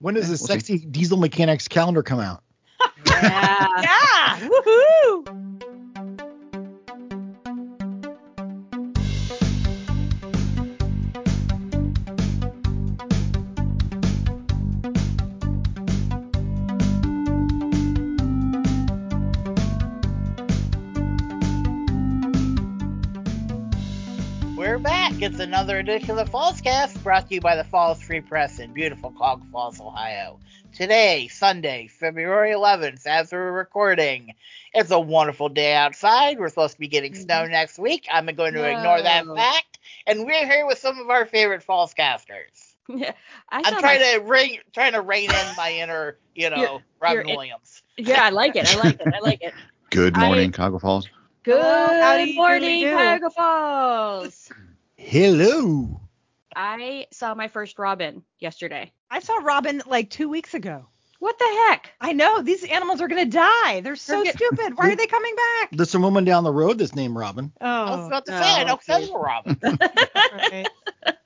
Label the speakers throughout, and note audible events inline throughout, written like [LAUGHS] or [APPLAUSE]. Speaker 1: When does the sexy diesel mechanics calendar come out?
Speaker 2: Yeah.
Speaker 3: [LAUGHS] Yeah. Woohoo.
Speaker 2: We're back. It's another edition of the Falls Cast brought to you by the Falls Free Press in beautiful Cog Falls, Ohio. Today, Sunday, February 11th, as we're recording, it's a wonderful day outside. We're supposed to be getting
Speaker 4: Mm-hmm.
Speaker 2: snow next week. I'm going to ignore that
Speaker 3: No.
Speaker 2: fact. And we're here with some of our favorite Falls Casters.
Speaker 3: [LAUGHS] Yeah. I
Speaker 2: I'm
Speaker 3: thought
Speaker 2: trying
Speaker 3: I-
Speaker 2: to rein, trying to rein in my inner, you know,
Speaker 3: You're-
Speaker 2: Robin
Speaker 3: you're-
Speaker 2: Williams.
Speaker 3: Yeah, I like it. I like it. I like
Speaker 4: [LAUGHS]
Speaker 3: it.
Speaker 5: Good
Speaker 3: I-
Speaker 5: morning, Coggle Falls.
Speaker 3: Good
Speaker 4: how do you
Speaker 3: morning,
Speaker 4: do?
Speaker 3: Niagara Falls.
Speaker 1: Hello.
Speaker 3: I saw my first Robin yesterday.
Speaker 4: I saw Robin like two weeks ago.
Speaker 3: What the heck?
Speaker 4: I know these animals are gonna die. They're so
Speaker 3: They're get-
Speaker 4: stupid. Why are they coming
Speaker 1: [LAUGHS]
Speaker 4: back?
Speaker 1: There's a woman down the road that's named Robin.
Speaker 2: I was
Speaker 4: Oh,
Speaker 2: about to say, I
Speaker 3: no,
Speaker 2: don't think we're
Speaker 4: [LAUGHS]
Speaker 2: Robin.
Speaker 3: [LAUGHS]
Speaker 4: right.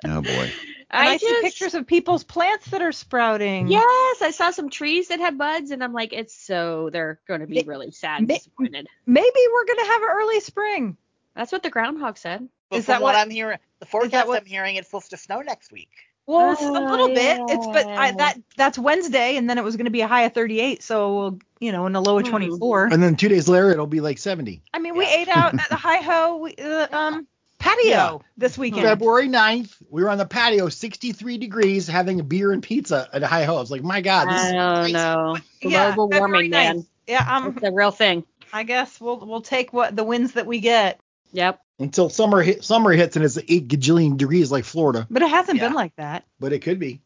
Speaker 5: Oh boy.
Speaker 4: And I, see pictures of people's plants that are sprouting.
Speaker 3: Yes, I saw some trees that had buds, and I'm like, it's so they're going to be
Speaker 4: May-
Speaker 3: really sad, and
Speaker 4: may-
Speaker 3: disappointed.
Speaker 4: Maybe we're gonna have early spring.
Speaker 3: That's what the groundhog said.
Speaker 2: But
Speaker 4: Is
Speaker 2: from
Speaker 4: that
Speaker 2: what,
Speaker 4: what-
Speaker 2: I'm hearing, the forecast
Speaker 4: what-
Speaker 2: I'm hearing, it's supposed to snow next week.
Speaker 4: Well, it's a
Speaker 3: Oh,
Speaker 4: little bit. It's but
Speaker 3: yeah.
Speaker 4: I, that that's Wednesday, and then it was gonna be a high of 38, so we'll you know, and a low of
Speaker 3: Hmm.
Speaker 4: 24.
Speaker 1: And then two days later, it'll be like 70.
Speaker 4: I mean, we
Speaker 2: Yeah.
Speaker 4: ate out at the high ho we- uh, um patio
Speaker 1: Yeah.
Speaker 4: this weekend.
Speaker 1: February 9th, we were on the patio, 63 degrees, having a beer and pizza at high ho. I was like, my God, this
Speaker 3: I
Speaker 1: is
Speaker 3: don't
Speaker 1: crazy.
Speaker 3: know.
Speaker 4: Yeah,
Speaker 3: Global
Speaker 4: February
Speaker 3: warming, man.
Speaker 4: 9th. Yeah, um,
Speaker 3: It's a real thing.
Speaker 4: I guess we'll we'll take what the winds that we get.
Speaker 3: Yep.
Speaker 1: until summer hit, summer hits and it's eight gajillion degrees like Florida,
Speaker 4: But it hasn't
Speaker 2: Yeah.
Speaker 4: been like that.
Speaker 1: but it could be.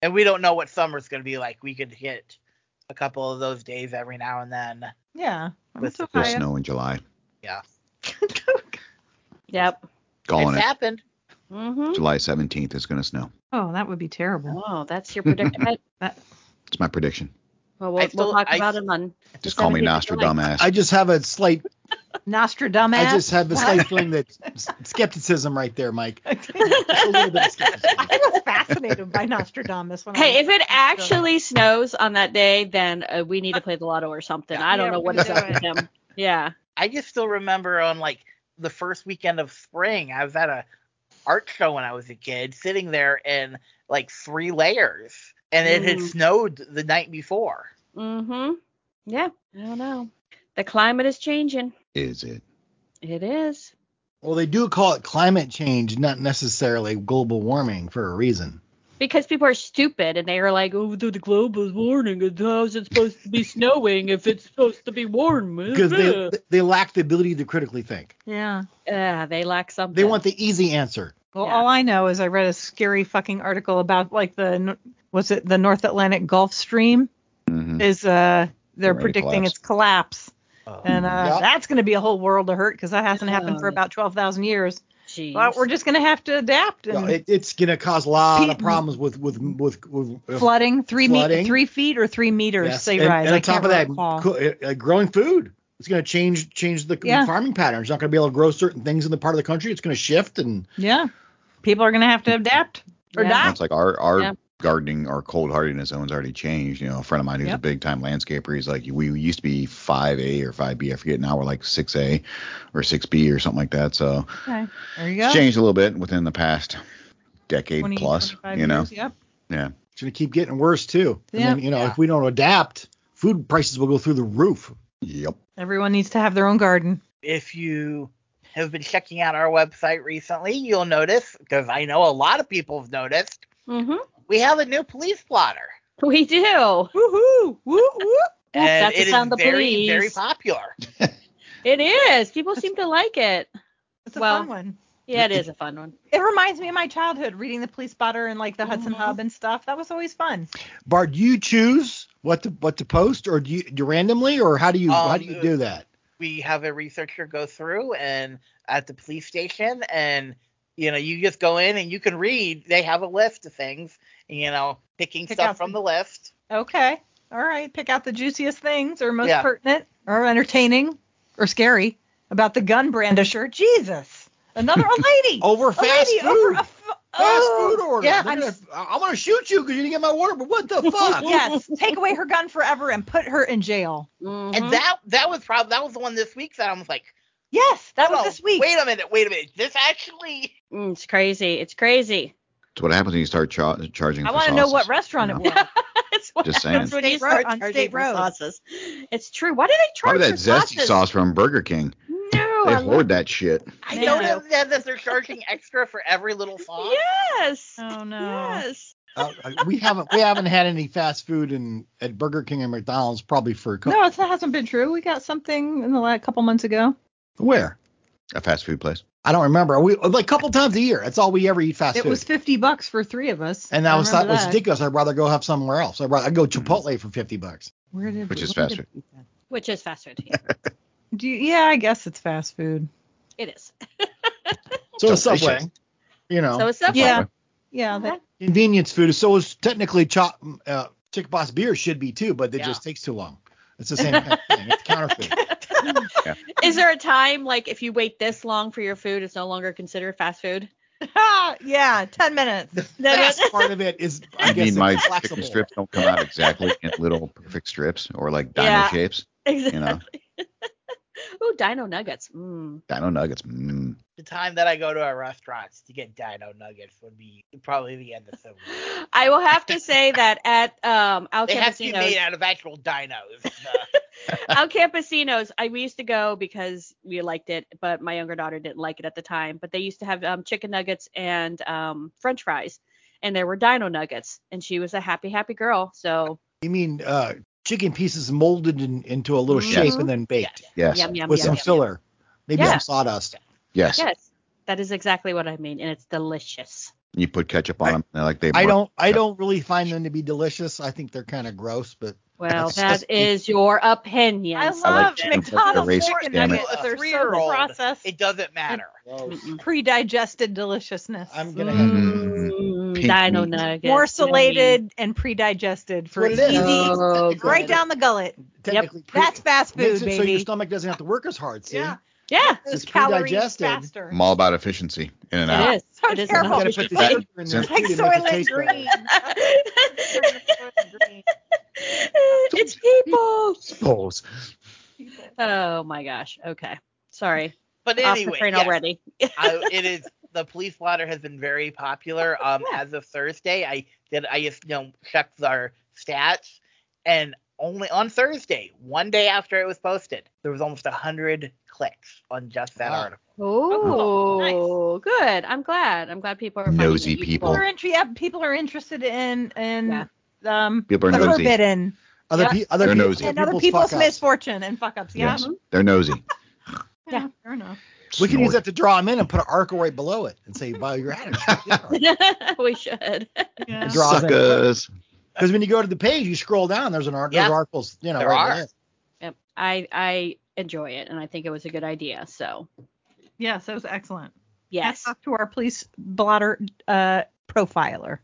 Speaker 2: and we don't know what summer's going to be like. We could hit a couple of those days every now and then.
Speaker 4: Yeah.
Speaker 2: With
Speaker 4: It's
Speaker 2: the
Speaker 5: Good
Speaker 4: Ohio.
Speaker 5: snow in July.
Speaker 4: [LAUGHS]
Speaker 3: Yep.
Speaker 5: Calling
Speaker 2: it's
Speaker 5: it.
Speaker 2: happened.
Speaker 3: hmm
Speaker 5: July 17th is going to snow.
Speaker 4: Oh, that would be terrible.
Speaker 3: Oh, that's your
Speaker 4: [LAUGHS]
Speaker 3: predicament.
Speaker 5: It's my prediction.
Speaker 3: well, we'll,
Speaker 2: I still-
Speaker 3: we'll talk
Speaker 2: I-
Speaker 3: about it on.
Speaker 5: Just call me
Speaker 3: 17th of July.
Speaker 5: Nostradamus.
Speaker 1: I just have a slight,
Speaker 4: Nostradamus.
Speaker 1: I just have a slight feeling that s- skepticism right there, Mike. Just a little bit of skepticism.
Speaker 4: [LAUGHS] I was fascinated by Nostradamus.
Speaker 3: [LAUGHS]
Speaker 4: When
Speaker 3: Hey, [LAUGHS]
Speaker 4: I
Speaker 3: if it actually snows on that day, then uh, we need to play the lotto or something. I don't
Speaker 4: Yeah,
Speaker 3: know
Speaker 4: we
Speaker 3: what
Speaker 4: need
Speaker 3: is
Speaker 4: to
Speaker 3: up
Speaker 4: do
Speaker 3: with him. Yeah.
Speaker 2: I just still remember on like the first weekend of spring, I was at a art show when I was a kid, sitting there in like three layers, and it had
Speaker 3: Mm.
Speaker 2: snowed the night before.
Speaker 3: Mm-hmm. Yeah. I don't know. The climate is changing.
Speaker 5: Is it?
Speaker 3: It is.
Speaker 1: Well, they do call it climate change, not necessarily global warming for a reason.
Speaker 3: Because people are stupid and they are like, oh, the, the globe is warming. and How's it supposed to be snowing if it's supposed to be warm?
Speaker 1: Because they, they lack the ability to critically think.
Speaker 4: Yeah.
Speaker 3: Ah, they lack something.
Speaker 1: They want the easy answer.
Speaker 4: Well,
Speaker 3: Yeah.
Speaker 4: all I know is I read a scary fucking article about like the nor- was it the North Atlantic Gulf Stream
Speaker 5: hmm
Speaker 4: is uh they're
Speaker 5: Already
Speaker 4: predicting
Speaker 5: collapsed.
Speaker 4: its collapse
Speaker 1: Uh-huh.
Speaker 4: and uh,
Speaker 1: Yeah.
Speaker 4: that's going to be a whole world of hurt because that hasn't happened for
Speaker 3: Yeah.
Speaker 4: about twelve thousand years.
Speaker 3: Jeez.
Speaker 4: Well, we're just going to have to adapt
Speaker 1: Yeah,
Speaker 4: and
Speaker 1: it, it's gonna cause a lot of
Speaker 4: Pete-
Speaker 1: problems with with with, with uh,
Speaker 4: [LAUGHS] flooding three me-
Speaker 1: Flooding.
Speaker 4: three feet or three meters.
Speaker 1: yes,
Speaker 4: Say
Speaker 1: and,
Speaker 4: rise.
Speaker 1: and
Speaker 4: I
Speaker 1: on top
Speaker 4: can't
Speaker 1: of that,
Speaker 4: recall.
Speaker 1: co- uh, uh, growing food. It's gonna change change the
Speaker 4: Yeah.
Speaker 1: farming patterns. You're not gonna be able to grow certain things in the part of the country. It's gonna shift and
Speaker 4: Yeah. People are going to have to adapt or
Speaker 3: Yeah.
Speaker 4: die.
Speaker 5: It's like our our
Speaker 3: Yeah.
Speaker 5: gardening, our cold hardiness zone's already changed. You know, a friend of mine who's a
Speaker 4: Yep.
Speaker 5: big time landscaper, he's like, we used to be 5A or 5B. I forget now. We're like 6A or 6B or something like that. So
Speaker 4: Okay. There you
Speaker 5: it's changed a little bit within the past decade
Speaker 4: 20,
Speaker 5: plus.
Speaker 4: 25
Speaker 5: You know,
Speaker 4: years, Yep.
Speaker 5: yeah.
Speaker 1: it's gonna keep getting worse too. And
Speaker 4: Yeah.
Speaker 1: then, you know,
Speaker 2: Yeah.
Speaker 1: if we don't adapt, food prices will go through the roof.
Speaker 5: Yep.
Speaker 4: Everyone needs to have their own garden.
Speaker 2: If you have been checking out our website recently, you'll notice because I know a lot of people have noticed
Speaker 3: Mm-hmm.
Speaker 2: we have a new police plotter.
Speaker 3: We do.
Speaker 4: Woohoo! Woo woo!
Speaker 2: And
Speaker 3: that's the
Speaker 2: it is
Speaker 3: sound of
Speaker 2: very,
Speaker 3: police.
Speaker 2: very popular.
Speaker 3: It is. People seem to like it.
Speaker 4: It's a
Speaker 3: Well-
Speaker 4: fun one.
Speaker 3: Yeah,
Speaker 5: Mm-hmm.
Speaker 3: it is a fun one.
Speaker 4: It reminds me of my childhood reading the police spotter and like the Hudson
Speaker 3: Mhm.
Speaker 4: Hub and stuff. That was always fun.
Speaker 1: Bart, do you choose what to what to post, or do you, do you randomly, or how do you how
Speaker 2: Um,
Speaker 1: do you do that?
Speaker 2: we have a researcher go through and at the police station and you know you just go in and you can read they have a list of things you know picking
Speaker 4: Pick
Speaker 2: stuff
Speaker 4: out
Speaker 2: from
Speaker 4: the-
Speaker 2: the list
Speaker 4: Okay. All right. Pick out the juiciest things or most
Speaker 2: Yeah.
Speaker 4: pertinent or entertaining or scary [LAUGHS] about the gun brandisher. Jesus. Another a lady.
Speaker 1: Over
Speaker 4: a
Speaker 1: fast
Speaker 4: lady
Speaker 1: food.
Speaker 4: over a, f-
Speaker 1: Fast
Speaker 4: Oh,
Speaker 1: food order.
Speaker 2: yeah,
Speaker 1: They're
Speaker 4: I'm
Speaker 1: gonna-
Speaker 4: s-
Speaker 1: I- I'm gonna shoot you because you didn't get my order. But what
Speaker 4: [LAUGHS]
Speaker 1: the fuck?
Speaker 4: Yes, take away her gun forever and put her in jail.
Speaker 3: Mm-hmm.
Speaker 4: Mm-hmm.
Speaker 2: And that that was probably that was the one this week that I was like,
Speaker 4: Yes, that was
Speaker 2: "Whoa,
Speaker 4: this week.
Speaker 2: Wait a minute, wait a minute. This actually
Speaker 3: Mm, it's crazy. It's crazy.
Speaker 5: It's what happens when you start char- charging.
Speaker 4: I
Speaker 5: want to
Speaker 4: know what restaurant it
Speaker 5: you
Speaker 4: was.
Speaker 3: [LAUGHS] It's what
Speaker 5: Just
Speaker 3: happens
Speaker 4: saying.
Speaker 3: when you
Speaker 4: State road-
Speaker 3: start
Speaker 4: on
Speaker 3: charging
Speaker 4: state
Speaker 3: for
Speaker 4: road.
Speaker 3: sauces. It's true. Why do they charge
Speaker 5: Probably that
Speaker 3: for
Speaker 5: zesty
Speaker 3: sauces?
Speaker 5: sauce from Burger King.
Speaker 3: No,
Speaker 5: They
Speaker 3: Oh, I love-
Speaker 5: hoard that shit.
Speaker 2: I
Speaker 4: Man.
Speaker 2: noticed that, that they're charging extra for every
Speaker 4: [LAUGHS]
Speaker 2: little sauce.
Speaker 3: Yes.
Speaker 4: Oh no.
Speaker 3: Yes.
Speaker 1: Uh, we haven't we haven't had any fast food in at Burger King and McDonald's probably for a couple.
Speaker 4: No, it's- that hasn't been true. We got something in the last couple months ago.
Speaker 1: Where?
Speaker 5: A fast food place.
Speaker 1: I don't remember. We like a couple times a year. That's all we ever eat fast
Speaker 4: It
Speaker 1: food.
Speaker 4: was 50 bucks for three of us.
Speaker 1: and that
Speaker 4: I
Speaker 1: was that
Speaker 4: remember
Speaker 1: was ridiculous. I'd rather go have somewhere else. I'd rather I'd go Chipotle for fifty bucks.
Speaker 4: Where did
Speaker 5: Which
Speaker 4: we-
Speaker 5: is
Speaker 4: where
Speaker 5: fast
Speaker 4: did we eat that?
Speaker 3: Which is
Speaker 5: [LAUGHS]
Speaker 3: fast food. Yeah,
Speaker 4: Do you, yeah, I guess it's fast food.
Speaker 3: it is.
Speaker 1: So is
Speaker 5: Delicious.
Speaker 1: Subway. You know,
Speaker 3: So it's that
Speaker 4: Yeah. Yeah, that,
Speaker 1: convenience food. So is technically chop uh, Chick Boss beer should be too, but it
Speaker 2: Yeah.
Speaker 1: just takes too long. It's the same kind of thing. It's counterfeit.
Speaker 4: [LAUGHS]
Speaker 3: Is there a time like if you wait this long for your food, it's no longer considered fast food?
Speaker 4: [LAUGHS] yeah, 10 minutes.
Speaker 3: No, no,
Speaker 1: That's part of it is I
Speaker 5: I
Speaker 1: guess
Speaker 5: mean,
Speaker 1: it's
Speaker 5: my
Speaker 1: flexible.
Speaker 5: chicken strips don't come out exactly in little perfect strips or like dino
Speaker 3: Yeah.
Speaker 5: shapes.
Speaker 3: exactly.
Speaker 5: You
Speaker 3: [LAUGHS]
Speaker 5: know,
Speaker 3: Ooh, Dino Nuggets. Mm.
Speaker 5: dino nuggets. Mm.
Speaker 2: The time that I go to a restaurant to get dino nuggets would be probably the end of summer.
Speaker 3: I will have to say that at um Al
Speaker 2: They have to be
Speaker 3: Campesino's,
Speaker 2: made out of actual dinos.
Speaker 4: [LAUGHS]
Speaker 3: Al Campesino's, I we used to go because we liked it, but my younger daughter didn't like it at the time. But they used to have um chicken nuggets and um French fries, and there were Dino Nuggets, and she was a happy happy girl. So
Speaker 1: You mean uh, chicken pieces molded in, into a little
Speaker 3: Mhm.
Speaker 1: shape and then baked
Speaker 5: Yes.
Speaker 3: yum yum
Speaker 1: with
Speaker 3: yum.
Speaker 1: some
Speaker 3: yum.
Speaker 1: filler, maybe
Speaker 3: Yeah.
Speaker 1: some sawdust.
Speaker 5: Yes.
Speaker 3: Yes, that is exactly what I mean, and it's delicious.
Speaker 5: You put ketchup on them. And they're like they.
Speaker 1: I
Speaker 5: mark-
Speaker 1: don't I
Speaker 5: Yep.
Speaker 1: don't really find them to be delicious. I think they're kind of gross, but
Speaker 3: Well,
Speaker 1: That's
Speaker 3: that
Speaker 1: just-
Speaker 3: is your opinion.
Speaker 4: I
Speaker 5: I
Speaker 4: love
Speaker 5: like chicken flips,
Speaker 4: McDonald's
Speaker 5: erasers,
Speaker 4: chicken
Speaker 5: damn it.
Speaker 4: nuggets. They're so
Speaker 2: Three-year-old.
Speaker 4: processed,
Speaker 2: it doesn't
Speaker 4: [LAUGHS]
Speaker 2: matter.
Speaker 3: Mm-mm.
Speaker 4: pre-digested deliciousness.
Speaker 1: I'm gonna have Mm-hmm.
Speaker 3: Mm,
Speaker 5: Pink
Speaker 3: Dino
Speaker 5: meat.
Speaker 3: nuggets.
Speaker 4: Morselated and pre-digested for
Speaker 1: what it is.
Speaker 4: easy,
Speaker 3: Oh,
Speaker 1: It's
Speaker 4: right
Speaker 1: technically-
Speaker 4: down the gullet.
Speaker 1: technically pre-
Speaker 4: That's fast
Speaker 1: makes
Speaker 4: food,
Speaker 1: it so your
Speaker 4: baby.
Speaker 1: stomach doesn't have to work as hard. See,
Speaker 4: Yeah.
Speaker 3: Yeah,
Speaker 4: Those
Speaker 1: It's
Speaker 4: calories
Speaker 1: pre-digested.
Speaker 4: faster.
Speaker 5: I'm all about efficiency. In and out.
Speaker 3: it is.
Speaker 4: [LAUGHS] So
Speaker 3: it is
Speaker 1: you
Speaker 4: terrible.
Speaker 3: enough.
Speaker 1: gotta put
Speaker 3: [LAUGHS]
Speaker 1: the
Speaker 5: That-
Speaker 1: sugar in there
Speaker 5: It's
Speaker 1: too to
Speaker 4: like
Speaker 1: make it
Speaker 4: Soylent
Speaker 1: taste better.
Speaker 4: Green. [LAUGHS]
Speaker 3: it's people.
Speaker 5: Balls.
Speaker 3: Oh my gosh. Okay. Sorry.
Speaker 2: But
Speaker 3: Off the
Speaker 2: anyway,
Speaker 3: train
Speaker 2: yes,
Speaker 3: already.
Speaker 2: I, it is the police blotter has been very popular. Um,
Speaker 3: Yeah.
Speaker 2: as of Thursday, I did I just you know checked our stats, and only on Thursday, one day after it was posted, there was almost hundred clicks on just that
Speaker 1: Wow.
Speaker 2: article.
Speaker 3: Oh,
Speaker 4: cool.
Speaker 3: good. I'm glad. I'm glad people are finding
Speaker 5: Nosy
Speaker 3: it useful.
Speaker 5: people.
Speaker 4: people are intre- yeah, people are interested in in um
Speaker 5: People are
Speaker 4: the
Speaker 5: nosy.
Speaker 4: forbidden
Speaker 1: Other,
Speaker 3: Yeah.
Speaker 1: pe- other,
Speaker 5: They're
Speaker 1: people,
Speaker 5: nosy.
Speaker 4: and other
Speaker 1: people's
Speaker 4: people's
Speaker 1: fuck-ups.
Speaker 4: misfortune and fuck ups. Yeah.
Speaker 5: Yes. They're nosy.
Speaker 4: Yeah, fair enough.
Speaker 1: [LAUGHS] We can use
Speaker 5: Snort.
Speaker 1: that to draw them in and put an arc right below it and say, "Well, you're at
Speaker 5: [LAUGHS]
Speaker 1: it."
Speaker 3: [LAUGHS] we should.
Speaker 1: Draw-
Speaker 4: Yeah.
Speaker 1: draws in.
Speaker 5: Suckers.
Speaker 1: Because when you go to the page, you scroll down. There's an arc.
Speaker 2: Yeah.
Speaker 1: There's articles. You know,
Speaker 2: There
Speaker 1: right
Speaker 2: are.
Speaker 1: below.
Speaker 3: Yep. I I enjoy it, and I think it was a good idea. So
Speaker 4: Yes, that was excellent.
Speaker 3: yes.
Speaker 4: Hats off to our police blotter uh profiler.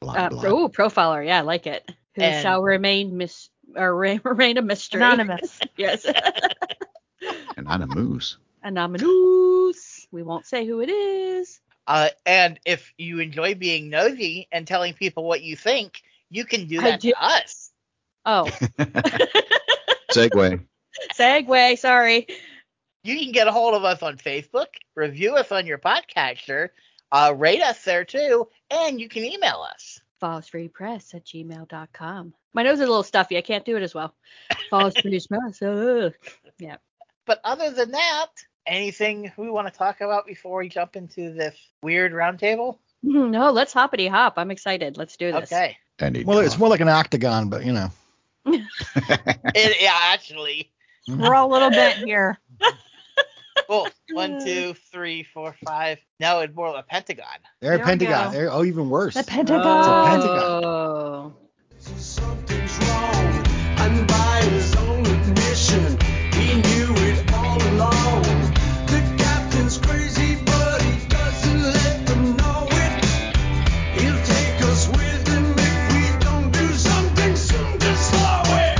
Speaker 5: Blah,
Speaker 3: Uh,
Speaker 5: blah.
Speaker 3: oh, profiler. Yeah, I like it. Who
Speaker 2: And-
Speaker 3: shall remain mis or [LAUGHS] re- remain a mystery.
Speaker 4: Anonymous.
Speaker 3: [LAUGHS] yes.
Speaker 5: And not a moose.
Speaker 3: Anonymous. We won't say who it is.
Speaker 2: Uh, and if you enjoy being nosy and telling people what you think, you can do
Speaker 3: I
Speaker 2: that
Speaker 3: do-
Speaker 2: to us.
Speaker 3: Oh,
Speaker 5: Segway.
Speaker 3: segue. Sorry.
Speaker 2: You can get a hold of us on Facebook, review us on your podcatcher, uh, rate us there too, and you can email us.
Speaker 3: Press at gmail.com. My nose is a little stuffy. I can't do it as
Speaker 2: [COUGHS]
Speaker 3: well. Press. Uh,
Speaker 2: But other than that, anything we want to talk about before we jump into this weird roundtable?
Speaker 3: Mm-hmm. no, let's hoppity hop. I'm excited. Let's do this.
Speaker 2: Okay.
Speaker 5: And
Speaker 1: Well, it's more like an octagon, but you know.
Speaker 2: It- yeah, actually.
Speaker 4: We're all a little bit here.
Speaker 2: Well, one, two, three, four, five. No, it's more like a pentagon.
Speaker 1: They're a
Speaker 4: There we
Speaker 1: pentagon.
Speaker 4: go.
Speaker 1: They're, oh, even worse.
Speaker 4: The
Speaker 3: Oh.
Speaker 4: Pentagon.
Speaker 6: Something's wrong, and by his own admission, he knew it all along. The captain's crazy, but he doesn't let them know it. He'll take us with him if we don't do something soon to slow it.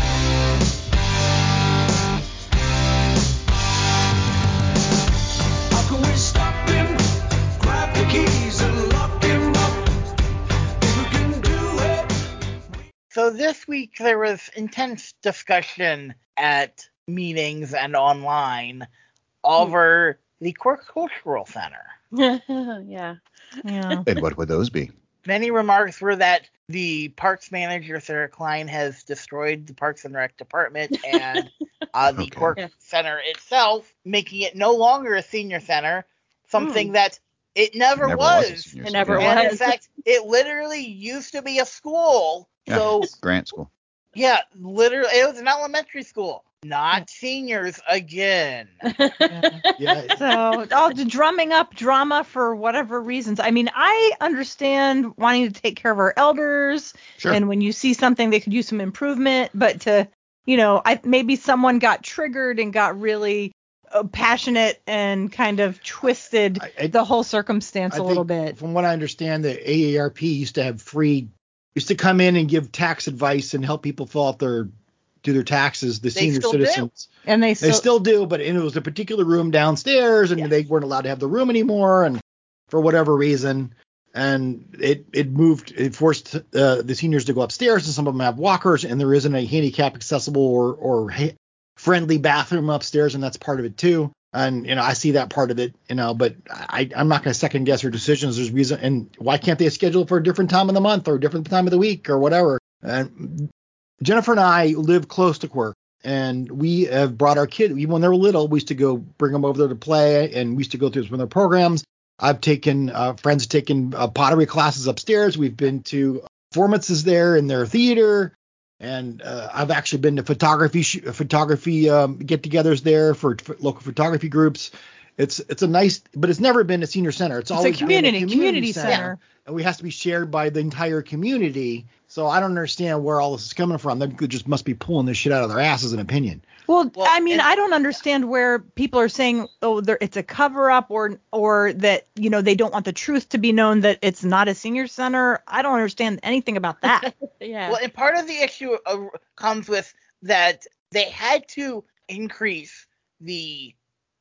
Speaker 6: How can we stop him? Grab the keys and lock him up.
Speaker 2: this week there was intense discussion at meetings and online over the Cork Cultural Center.
Speaker 3: [LAUGHS] yeah.
Speaker 4: Yeah.
Speaker 5: And what would those be?
Speaker 2: Many remarks were that the parks manager Sarah Klein has destroyed the Parks and
Speaker 3: [LAUGHS]
Speaker 2: Rec department and uh, the
Speaker 5: Okay.
Speaker 2: Cork
Speaker 3: Yeah.
Speaker 2: Center itself, making it no longer a senior center, something that it never,
Speaker 5: It
Speaker 2: was.
Speaker 5: a senior
Speaker 3: Hmm. It never
Speaker 5: center.
Speaker 3: was.
Speaker 2: And in fact, it literally used to be a school.
Speaker 5: Yeah.
Speaker 2: So
Speaker 5: Grant School.
Speaker 2: yeah, literally, it was an elementary school, not seniors again.
Speaker 1: Yeah.
Speaker 4: So all the drumming up drama for whatever reasons. I mean, I understand wanting to take care of our elders,
Speaker 5: Sure.
Speaker 4: and when you see something that could use some improvement, but to you know, I maybe someone got triggered and got really uh, passionate and kind of twisted
Speaker 1: I- I-
Speaker 4: the whole circumstance
Speaker 1: I
Speaker 4: a
Speaker 1: think
Speaker 4: little bit.
Speaker 1: From what I understand, the AARP used to have free, used to come in and give tax advice and help people fill out their, do their taxes, the
Speaker 2: They
Speaker 1: senior
Speaker 2: still do.
Speaker 1: citizens.
Speaker 4: And they still,
Speaker 1: they still do, but and it was a particular room downstairs, and
Speaker 2: Yes.
Speaker 1: they weren't allowed to have the room anymore, and for whatever reason, and it it moved, it forced uh, the seniors to go upstairs, and some of them have walkers, and there isn't a handicap accessible or or ha- friendly bathroom upstairs, and that's part of it too. And you know, I see that part of it, you know, but I I'm not going to second guess her decisions. There's reason, and why can't they schedule it for a different time of the month or a different time of the week or whatever? And Jennifer and I live close to Quirk and we have brought our kid even when they were little we used to go bring them over there to play and we used to go through some of their programs i've taken uh, friends have taken uh, pottery classes upstairs we've been to performances there in their theater and uh, i've actually been to photography sh- photography um, get-togethers there for, for local photography groups it's it's a nice but it's never been a senior center it's,
Speaker 4: it's a
Speaker 1: always been
Speaker 4: community, community
Speaker 1: center
Speaker 4: center.
Speaker 1: and we has to be shared by the entire community. So I don't understand where all this is coming from. They just must be pulling this shit out of their asses in opinion.
Speaker 4: Well,
Speaker 2: Well,
Speaker 4: I mean,
Speaker 2: and-
Speaker 4: I don't understand where people are saying, oh, there, it's a cover up, or or that you know they don't want the truth to be known that it's not a senior center. I don't understand anything about that.
Speaker 3: Yeah.
Speaker 2: Well, and part of the issue uh, comes with that they had to increase the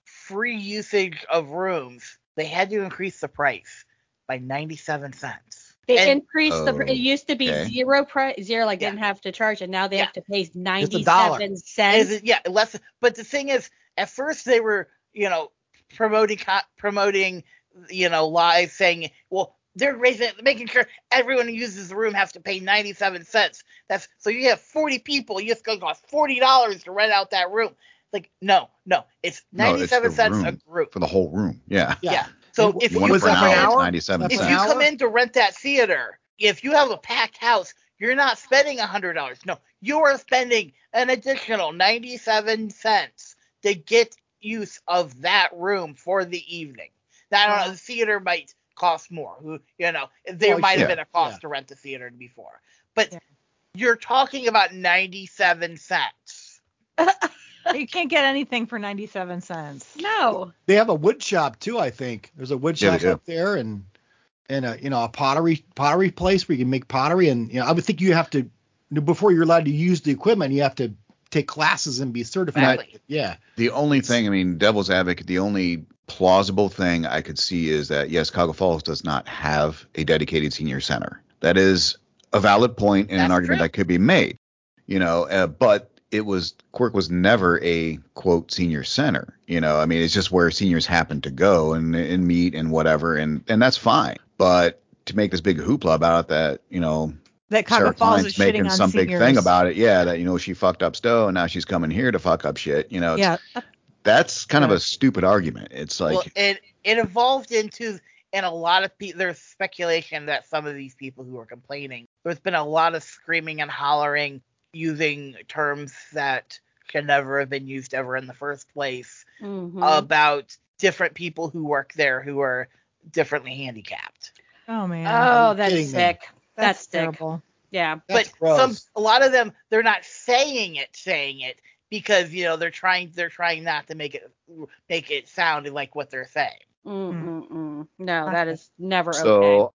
Speaker 2: free usage of rooms. They had to increase the price by 97 cents.
Speaker 3: They
Speaker 2: and-
Speaker 3: increased the. It used to be
Speaker 5: Okay.
Speaker 3: zero price, zero like
Speaker 2: Yeah.
Speaker 3: didn't have to charge, and now they have to pay
Speaker 1: a dollar.
Speaker 3: ninety-seven
Speaker 2: Is
Speaker 3: cents.
Speaker 2: it, yeah, less. But the thing is, at first they were, you know, promoting co- promoting, you know, lies saying, well, they're raising, making sure everyone who uses the room has to pay 97 cents. That's so you have 40 people, you just going to cost 40 dollars to rent out that room. Like, no, no, it's
Speaker 5: No, it's
Speaker 2: 97
Speaker 5: the
Speaker 2: cents a
Speaker 5: room.
Speaker 2: group.
Speaker 5: For the whole room. Yeah.
Speaker 2: Yeah. So
Speaker 1: And
Speaker 2: if
Speaker 1: what
Speaker 2: you
Speaker 5: One
Speaker 1: was
Speaker 5: for an
Speaker 1: that for
Speaker 5: hour,
Speaker 1: an hour?
Speaker 5: it's 97
Speaker 1: That's
Speaker 2: if
Speaker 1: an
Speaker 2: you
Speaker 5: cents.
Speaker 2: come
Speaker 1: hour?
Speaker 2: in to rent that theater, if you have a packed house, you're not spending hundred dollars. No, you are spending an additional ninety-seven cents to get use of that room for the evening. Now, I don't know. The theater might cost more. Who you know, there
Speaker 1: Well,
Speaker 2: might have
Speaker 5: yeah,
Speaker 2: been a cost
Speaker 1: yeah.
Speaker 2: to rent the theater before, but
Speaker 4: Yeah.
Speaker 2: you're talking about ninety-seven cents.
Speaker 4: you can't get anything for 97 cents.
Speaker 3: No.
Speaker 1: They have a wood shop too, I think. There's a wood
Speaker 5: Yeah,
Speaker 1: shop
Speaker 5: they do.
Speaker 1: up there and and a you know a pottery pottery place where you can make pottery and you know I would think you have to before you're allowed to use the equipment you have to take classes and be certified.
Speaker 2: Exactly.
Speaker 1: Yeah.
Speaker 5: The only thing, I mean, devil's advocate, the only plausible thing I could see is that, yes, Cuyahoga Falls does not have a dedicated senior center. That is a valid point and
Speaker 2: That's
Speaker 5: an argument
Speaker 2: true.
Speaker 5: that could be made, you know, uh, but it was, Quirk was never a quote senior center, you know, I mean, it's just where seniors happen to go and, and meet and whatever, and, and that's fine. But to make this big hoopla about that, you know,
Speaker 4: That
Speaker 5: Sarah
Speaker 4: Cuyahoga Falls
Speaker 5: Klein's
Speaker 4: is shitting
Speaker 5: making
Speaker 4: on
Speaker 5: some big
Speaker 4: seniors.
Speaker 5: thing about it, yeah, that, you know, she fucked up Stowe and now she's coming here to fuck up shit, you know, it's,
Speaker 4: Yeah,
Speaker 5: that's kind
Speaker 4: Yeah.
Speaker 5: of a stupid argument. It's like,
Speaker 2: well, it it evolved into and a lot of people there's speculation that some of these people who are complaining there's been a lot of screaming and hollering using terms that should never have been used ever in the first place
Speaker 3: Mhm.
Speaker 1: Mm-hmm.
Speaker 2: Uh, about different people who work there who are differently handicapped
Speaker 4: Oh man.
Speaker 3: oh,
Speaker 1: you kidding
Speaker 3: that's
Speaker 1: me?
Speaker 3: sick. That's sick.
Speaker 4: terrible.
Speaker 3: Yeah.
Speaker 1: That's
Speaker 2: but
Speaker 1: gross.
Speaker 2: some a lot of them they're not saying it saying it because you know they're trying they're trying not to make it make it sound like what they're saying
Speaker 3: Mm, mm, mm. No,
Speaker 4: Not
Speaker 3: that
Speaker 4: good.
Speaker 3: is never
Speaker 5: Hmm. so
Speaker 3: okay.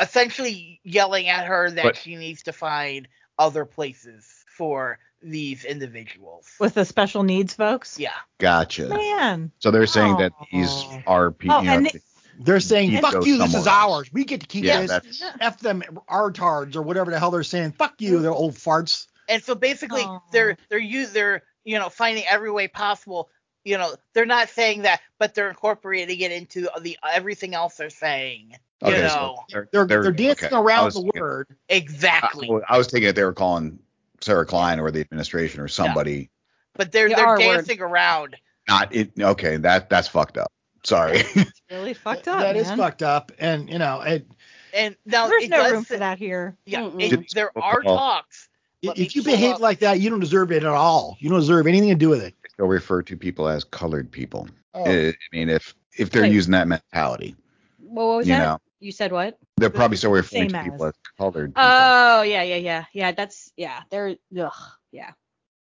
Speaker 2: essentially yelling at her that
Speaker 5: But-
Speaker 2: she needs to find other places for these individuals.
Speaker 4: With the special needs folks.
Speaker 2: yeah.
Speaker 5: gotcha.
Speaker 4: Man.
Speaker 5: So they're saying that these
Speaker 4: Oh.
Speaker 5: are people.
Speaker 4: Oh, and they,
Speaker 1: They're saying,
Speaker 5: You go
Speaker 1: "Fuck you, this is
Speaker 5: somewhere else.
Speaker 1: ours. We get to keep
Speaker 5: Yeah,
Speaker 1: this.
Speaker 5: that's-
Speaker 1: F them artards or whatever the hell they're saying. Fuck you, they're old farts."
Speaker 2: And so basically,
Speaker 4: Aw.
Speaker 2: they're they're you they're you know finding every way possible. You know, they're not saying that, but they're incorporating it into the everything else they're saying. You
Speaker 5: Okay, so
Speaker 2: know,
Speaker 1: They're they're, dancing
Speaker 5: okay. I
Speaker 1: around
Speaker 5: was
Speaker 1: the
Speaker 5: thinking-
Speaker 1: word.
Speaker 2: exactly.
Speaker 5: I, I was thinking that they were calling Sarah Klein or the administration or somebody.
Speaker 2: but they're
Speaker 4: The
Speaker 2: they're
Speaker 4: R word.
Speaker 2: dancing around.
Speaker 5: Not it. Okay, that that's fucked up. Sorry.
Speaker 4: It's really fucked up.
Speaker 1: That
Speaker 4: man.
Speaker 1: is fucked up, and you know, it,
Speaker 2: And now
Speaker 4: There's
Speaker 2: it
Speaker 4: no
Speaker 2: does
Speaker 4: room for
Speaker 2: say-
Speaker 4: that here.
Speaker 2: Yeah,
Speaker 3: Mm-mm.
Speaker 2: it-
Speaker 5: Didn't
Speaker 2: there
Speaker 5: you
Speaker 2: are
Speaker 5: recall-
Speaker 2: talks. Let me
Speaker 1: if you
Speaker 2: pull
Speaker 1: behave
Speaker 2: up-
Speaker 1: like that, you don't deserve it at all. You don't deserve anything to do with it.
Speaker 5: [LAUGHS] They'll refer to people as colored people.
Speaker 1: Oh.
Speaker 5: I I mean, if if they're
Speaker 3: Wait.
Speaker 5: using that mentality,
Speaker 3: Well, what was
Speaker 5: you
Speaker 3: that?
Speaker 5: know,
Speaker 3: You said what?
Speaker 5: they're probably still referring
Speaker 4: Same
Speaker 5: to people
Speaker 4: as. Uh,
Speaker 5: as colored people.
Speaker 3: Oh yeah, yeah, yeah, yeah. That's yeah. They're ugh, yeah.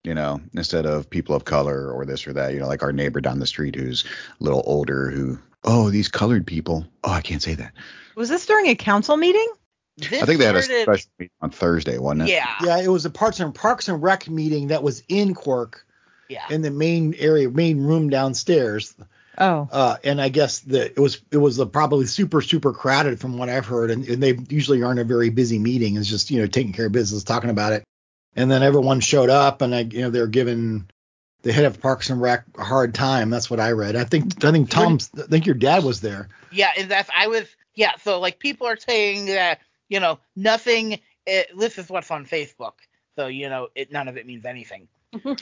Speaker 5: you know, instead of people of color or this or that, you know, like our neighbor down the street who's a little older who, oh, these colored people. Oh, I can't say that.
Speaker 4: Was this during a council meeting?
Speaker 2: This
Speaker 5: I think they had a
Speaker 2: started-
Speaker 5: special meeting on Thursday, wasn't it?
Speaker 2: Yeah,
Speaker 1: Yeah, it was a Parks and Parks and Rec meeting that was in Cork
Speaker 2: yeah.
Speaker 1: in the main area, main room downstairs. [LAUGHS]
Speaker 4: Oh.
Speaker 1: Uh, and I guess the it was it was a probably super super crowded from what I've heard, and, and they usually aren't a very busy meeting. It's just you know taking care of business, talking about it, and then everyone showed up, and I you know they're giving the head of Parks and Rec a hard time. That's what I read. I think I think Tom's I think your dad was there.
Speaker 2: Yeah, and that's I was yeah. So like people are saying that you know nothing. It, this is what's on Facebook, so you know it none of it means anything. Um,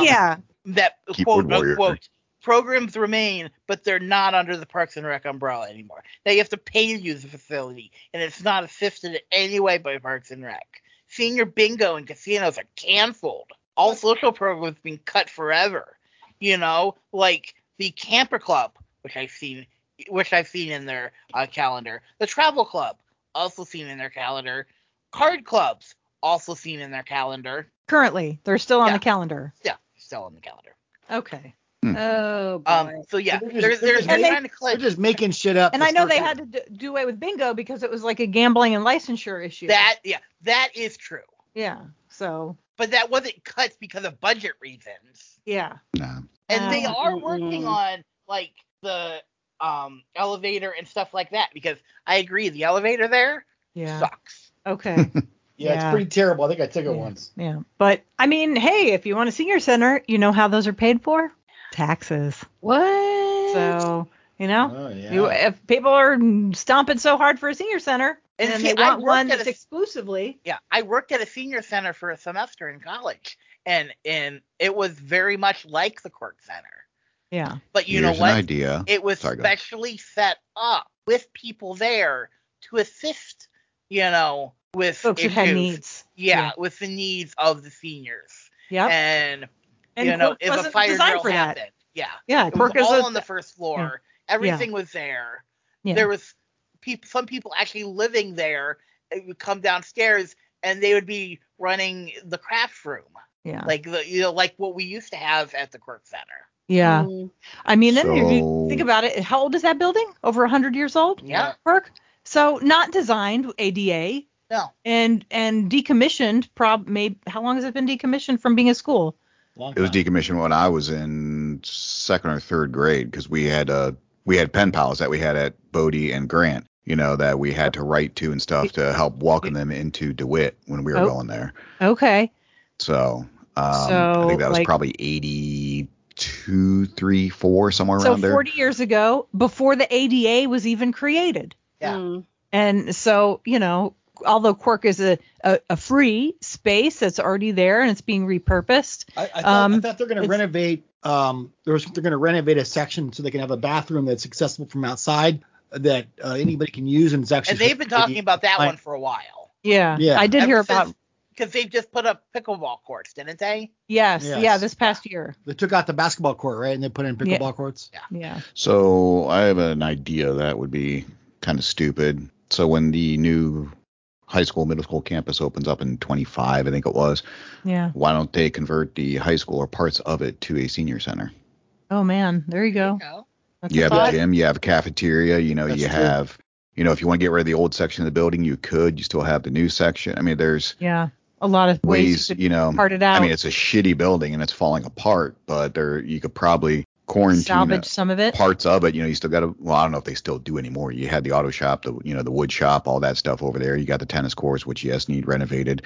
Speaker 4: yeah.
Speaker 2: That
Speaker 5: Keyboard
Speaker 2: quote
Speaker 5: warrior.
Speaker 2: unquote programs remain, but they're not under the Parks and Rec umbrella anymore. Now you have to pay to use the facility, and it's not assisted in any way by Parks and Rec. Senior bingo and casinos are canceled. All social programs been cut forever. You know, like the camper club, which I've seen, which I've seen in their uh, calendar. The travel club, also seen in their calendar. Card clubs, also seen in their calendar.
Speaker 4: Currently, they're still on
Speaker 2: Yeah.
Speaker 4: the calendar.
Speaker 2: Yeah, still on the calendar.
Speaker 4: Okay.
Speaker 3: oh boy.
Speaker 2: Um, so yeah,
Speaker 1: They're just-
Speaker 2: they're,
Speaker 1: they're
Speaker 2: they're,
Speaker 1: just
Speaker 2: they're
Speaker 4: making-
Speaker 2: trying to
Speaker 1: They're
Speaker 2: collect
Speaker 1: just making shit up.
Speaker 4: And
Speaker 1: to
Speaker 4: I
Speaker 1: start
Speaker 4: know they
Speaker 1: with.
Speaker 4: had to do, do away with bingo because it was like a gambling and licensure issue.
Speaker 2: that. Yeah, that is true.
Speaker 4: Yeah. So,
Speaker 2: But that wasn't cut because of budget reasons.
Speaker 4: yeah.
Speaker 5: Nah.
Speaker 2: And they
Speaker 4: Ah,
Speaker 2: are working
Speaker 3: mm-mm.
Speaker 2: on like the um elevator and stuff like that because I agree the elevator there
Speaker 4: Yeah.
Speaker 2: sucks.
Speaker 4: Okay. [LAUGHS]
Speaker 1: Yeah, it's
Speaker 4: Yeah.
Speaker 1: pretty terrible. I think I took it once.
Speaker 4: yeah. But I mean, hey, if you want a senior center, you know how those are paid for? Taxes.
Speaker 2: Eh.
Speaker 3: what?
Speaker 4: So, you know,
Speaker 1: Oh yeah.
Speaker 4: You, if people are stomping so hard for a senior center
Speaker 2: And
Speaker 4: and,
Speaker 2: see,
Speaker 4: they
Speaker 2: I
Speaker 4: want
Speaker 2: worked
Speaker 4: one
Speaker 2: at
Speaker 4: that's
Speaker 2: a-
Speaker 4: exclusively,
Speaker 2: Yeah, I worked at a senior center for a semester in college, and and it was very much like the court center.
Speaker 4: yeah,
Speaker 2: But you
Speaker 5: Here's
Speaker 2: know what?
Speaker 5: an idea.
Speaker 2: It was
Speaker 5: Sorry, go ahead.
Speaker 2: specially set up with people there to assist, you know, with
Speaker 4: folks who had
Speaker 2: issues.
Speaker 4: needs.
Speaker 2: Yeah,
Speaker 4: Yeah.
Speaker 2: with the needs of the seniors.
Speaker 4: Yep.
Speaker 2: And,
Speaker 4: And
Speaker 2: you know,
Speaker 4: Quirk
Speaker 2: if a
Speaker 4: wasn't
Speaker 2: fire
Speaker 4: designed
Speaker 2: drill
Speaker 4: for that.
Speaker 2: happened, yeah,
Speaker 4: yeah,
Speaker 2: it was
Speaker 4: Quirk is
Speaker 2: all
Speaker 4: a-
Speaker 2: on the first floor. Everything was there.
Speaker 4: yeah.
Speaker 2: There was peop some people actually living there. It would come downstairs and they would be running the craft room,
Speaker 4: yeah,
Speaker 2: like the you know, like what we used to have at the Quirk Center.
Speaker 4: yeah.
Speaker 3: Mm,
Speaker 4: I mean, then if you
Speaker 5: So-
Speaker 4: think about it, how old is that building? Over 100 years old,
Speaker 2: Yeah.
Speaker 4: Quirk. So not designed ADA
Speaker 2: No.
Speaker 4: and and decommissioned. Prob maybe how long has it been decommissioned from being a school?
Speaker 1: Long
Speaker 5: It was
Speaker 1: time.
Speaker 5: decommissioned when I was in second or third grade because we had uh we had pen pals that we had at Bodie and Grant, you know, that we had to write to and stuff to help welcome them into DeWitt when we were
Speaker 4: Oh.
Speaker 5: going there.
Speaker 4: Okay,
Speaker 5: So, um, I
Speaker 4: So,
Speaker 5: think that was
Speaker 4: like-
Speaker 5: probably 82, 3, 4, somewhere
Speaker 4: so
Speaker 5: around there.
Speaker 4: 40 years ago, before the ADA was even created.
Speaker 2: Yeah.
Speaker 3: mm.
Speaker 4: And so, you know, although Quirk is a, a, a free space that's already there and it's being repurposed,
Speaker 1: I, I, thought, I
Speaker 4: Um,
Speaker 1: thought they're going to
Speaker 4: it's-
Speaker 1: renovate. Um, there was, they're going to renovate a section so they can have a bathroom that's accessible from outside that uh, anybody can use, and it's actually.
Speaker 2: And they've been talking about that
Speaker 1: I-
Speaker 2: one for a while.
Speaker 4: yeah,
Speaker 1: Yeah.
Speaker 4: I did hear
Speaker 2: Ever
Speaker 4: about
Speaker 2: since- Because they just put up pickleball courts, didn't they?
Speaker 4: yes, yeah,
Speaker 1: Yes.
Speaker 4: this past year,
Speaker 1: They took out the basketball court, right, and they put in
Speaker 4: Yeah.
Speaker 1: pickleball courts.
Speaker 4: yeah,
Speaker 5: So I have an idea that would be kind of stupid. So when the new high school, middle school campus opens up in 25, I think it was,
Speaker 4: yeah.
Speaker 5: why don't they convert the high school or parts of it to a senior center?
Speaker 4: Oh man, there you go.
Speaker 2: No.
Speaker 4: That's
Speaker 5: You
Speaker 4: a
Speaker 5: have a
Speaker 4: thought.
Speaker 5: gym, you have a cafeteria, you know,
Speaker 1: That's
Speaker 5: you
Speaker 1: true.
Speaker 5: have, you know, if you want to get rid of the old section of the building, you could. You still have the new section. I mean, there's
Speaker 4: Yeah, a lot of ways,
Speaker 5: ways, um,
Speaker 4: to
Speaker 5: you know,
Speaker 4: part it out.
Speaker 5: I mean, it's a shitty building and it's falling apart, but there you could probably quarantine
Speaker 4: salvage some of it.
Speaker 5: parts of it. You know, you still got to. Well, I don't know if they still do anymore. You had the auto shop, the you know the wood shop, all that stuff over there. You got the tennis courts, which yes need renovated.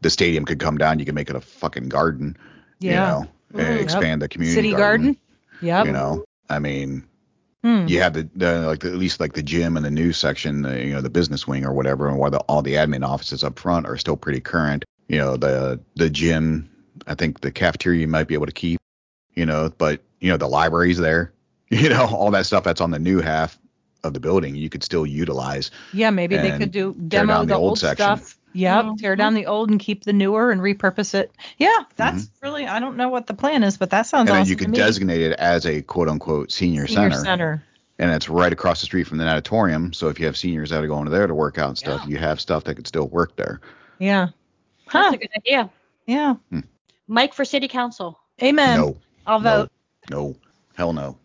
Speaker 5: The stadium could come down. You could make it a fucking garden.
Speaker 4: yeah.
Speaker 5: You know, eh,
Speaker 4: Ooh,
Speaker 5: expand the community
Speaker 4: City garden. Yep.
Speaker 5: You know, I mean,
Speaker 4: Hmm.
Speaker 5: you had the, the like the, at least like the gym and the news section, the, you know, the business wing or whatever, and while the, all the admin offices up front are still pretty current. You know, the the gym, I think the cafeteria you might be able to keep. You know, but you know the library's there. [LAUGHS] You know, all that stuff that's on the new half of the building you could still utilize.
Speaker 4: Yeah, maybe they
Speaker 5: and
Speaker 4: could do
Speaker 5: tear
Speaker 4: demo
Speaker 5: down
Speaker 4: the,
Speaker 5: the old
Speaker 4: old
Speaker 5: section.
Speaker 4: stuff. Yep,
Speaker 3: Oh,
Speaker 4: tear down the old and keep the newer and repurpose it. Yeah, that's really I don't know what the plan is, but that sounds
Speaker 5: Mm-hmm. And then
Speaker 4: awesome
Speaker 5: you
Speaker 4: to
Speaker 5: could
Speaker 4: me.
Speaker 5: designate it as a quote unquote senior,
Speaker 4: Senior
Speaker 5: center. and it's right across the street from the auditorium. So if you have seniors that are going there to work out and stuff, you have stuff that could still work there.
Speaker 4: Yeah.
Speaker 3: That's
Speaker 4: Huh.
Speaker 3: a good idea.
Speaker 4: Yeah.
Speaker 3: Mike for city council.
Speaker 4: Amen.
Speaker 5: no,
Speaker 4: I'll vote.
Speaker 5: no, no, hell no.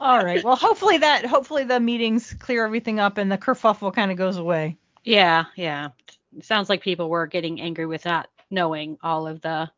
Speaker 4: All right. Well, hopefully that hopefully the meetings clear everything up and the kerfuffle kind of goes away.
Speaker 3: Yeah, yeah. Sounds like people were getting angry with that, knowing all of the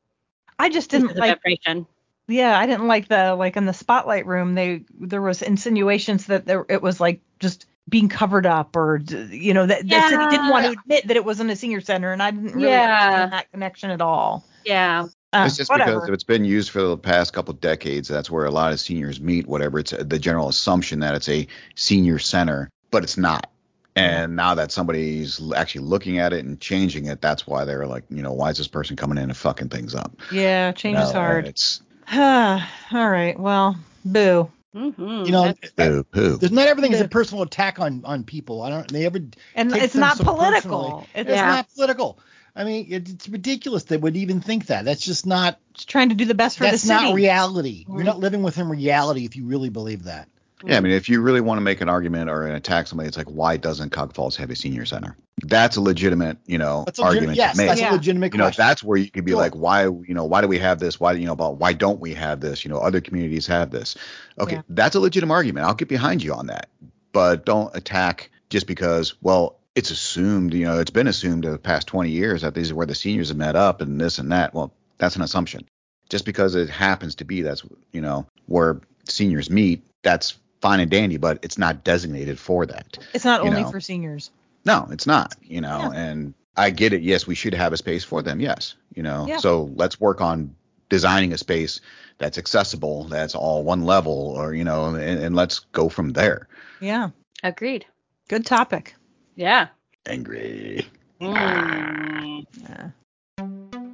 Speaker 4: I just didn't
Speaker 3: pieces of
Speaker 4: like
Speaker 3: information.
Speaker 4: Yeah, I didn't like the like in the spotlight room. They there was insinuations that there it was like just being covered up or d- you know that the city didn't want to admit that it wasn't a senior center, and I didn't really
Speaker 3: Yeah.
Speaker 4: understand that connection at all.
Speaker 3: Yeah,
Speaker 4: Uh,
Speaker 5: it's just
Speaker 4: whatever.
Speaker 5: because if it's been used for the past couple decades, that's where a lot of seniors meet. Whatever, it's the general assumption that it's a senior center, but it's not. And now that somebody's l- actually looking at it and changing it, that's why they're like, you know, why is this person coming in and fucking things up?
Speaker 4: yeah, change is
Speaker 5: No,
Speaker 4: hard.
Speaker 5: It's
Speaker 4: [SIGHS] all right, well, boo.
Speaker 3: hmm
Speaker 4: Mm,
Speaker 1: You know,
Speaker 5: poo poo.
Speaker 1: there's not everything is
Speaker 4: Yeah.
Speaker 1: a personal attack on on people. I don't. They ever.
Speaker 4: And
Speaker 1: Take
Speaker 4: it's
Speaker 1: them
Speaker 4: not
Speaker 1: so
Speaker 4: political.
Speaker 1: personally.
Speaker 4: It's
Speaker 1: It's
Speaker 3: Yeah.
Speaker 1: not political. I mean, it, it's ridiculous that would even think that. That's just not.
Speaker 4: just trying to do the best for
Speaker 1: That's
Speaker 4: the city.
Speaker 1: not reality. You're not living within reality if you really believe that.
Speaker 5: Yeah, I mean, if you really want to make an argument or an attack somebody, it's like, why doesn't Cog Falls have a senior center? That's a legitimate, you know,
Speaker 1: That's a
Speaker 5: argument
Speaker 1: legit,
Speaker 5: to
Speaker 1: yes,
Speaker 5: make.
Speaker 1: that's
Speaker 4: Yeah.
Speaker 1: a legitimate
Speaker 5: you know,
Speaker 1: question.
Speaker 5: that's where you could be
Speaker 1: Sure.
Speaker 5: like, why, you know, why do we have this? Why, you know, about why don't we have this? You know, other communities have this. Okay,
Speaker 4: Yeah.
Speaker 5: that's a legitimate argument. I'll get behind you on that, but don't attack just because. Well, it's assumed, you know, it's been assumed over the past 20 years that these are where the seniors have met up and this and that. Well, that's an assumption. Just because it happens to be that's, you know, where seniors meet, that's fine and dandy, but it's not designated for that.
Speaker 4: it's not
Speaker 5: you
Speaker 4: only
Speaker 5: know.
Speaker 4: for seniors.
Speaker 5: No, it's not, you know, and I get it. Yes, we should have a space for them. Yes, you know,
Speaker 4: Yeah.
Speaker 5: so let's work on designing a space that's accessible, that's all one level, or, you know, and, and let's go from there.
Speaker 4: Yeah,
Speaker 3: agreed.
Speaker 4: good topic.
Speaker 3: Yeah.
Speaker 5: Angry.
Speaker 3: Mm.
Speaker 4: Yeah.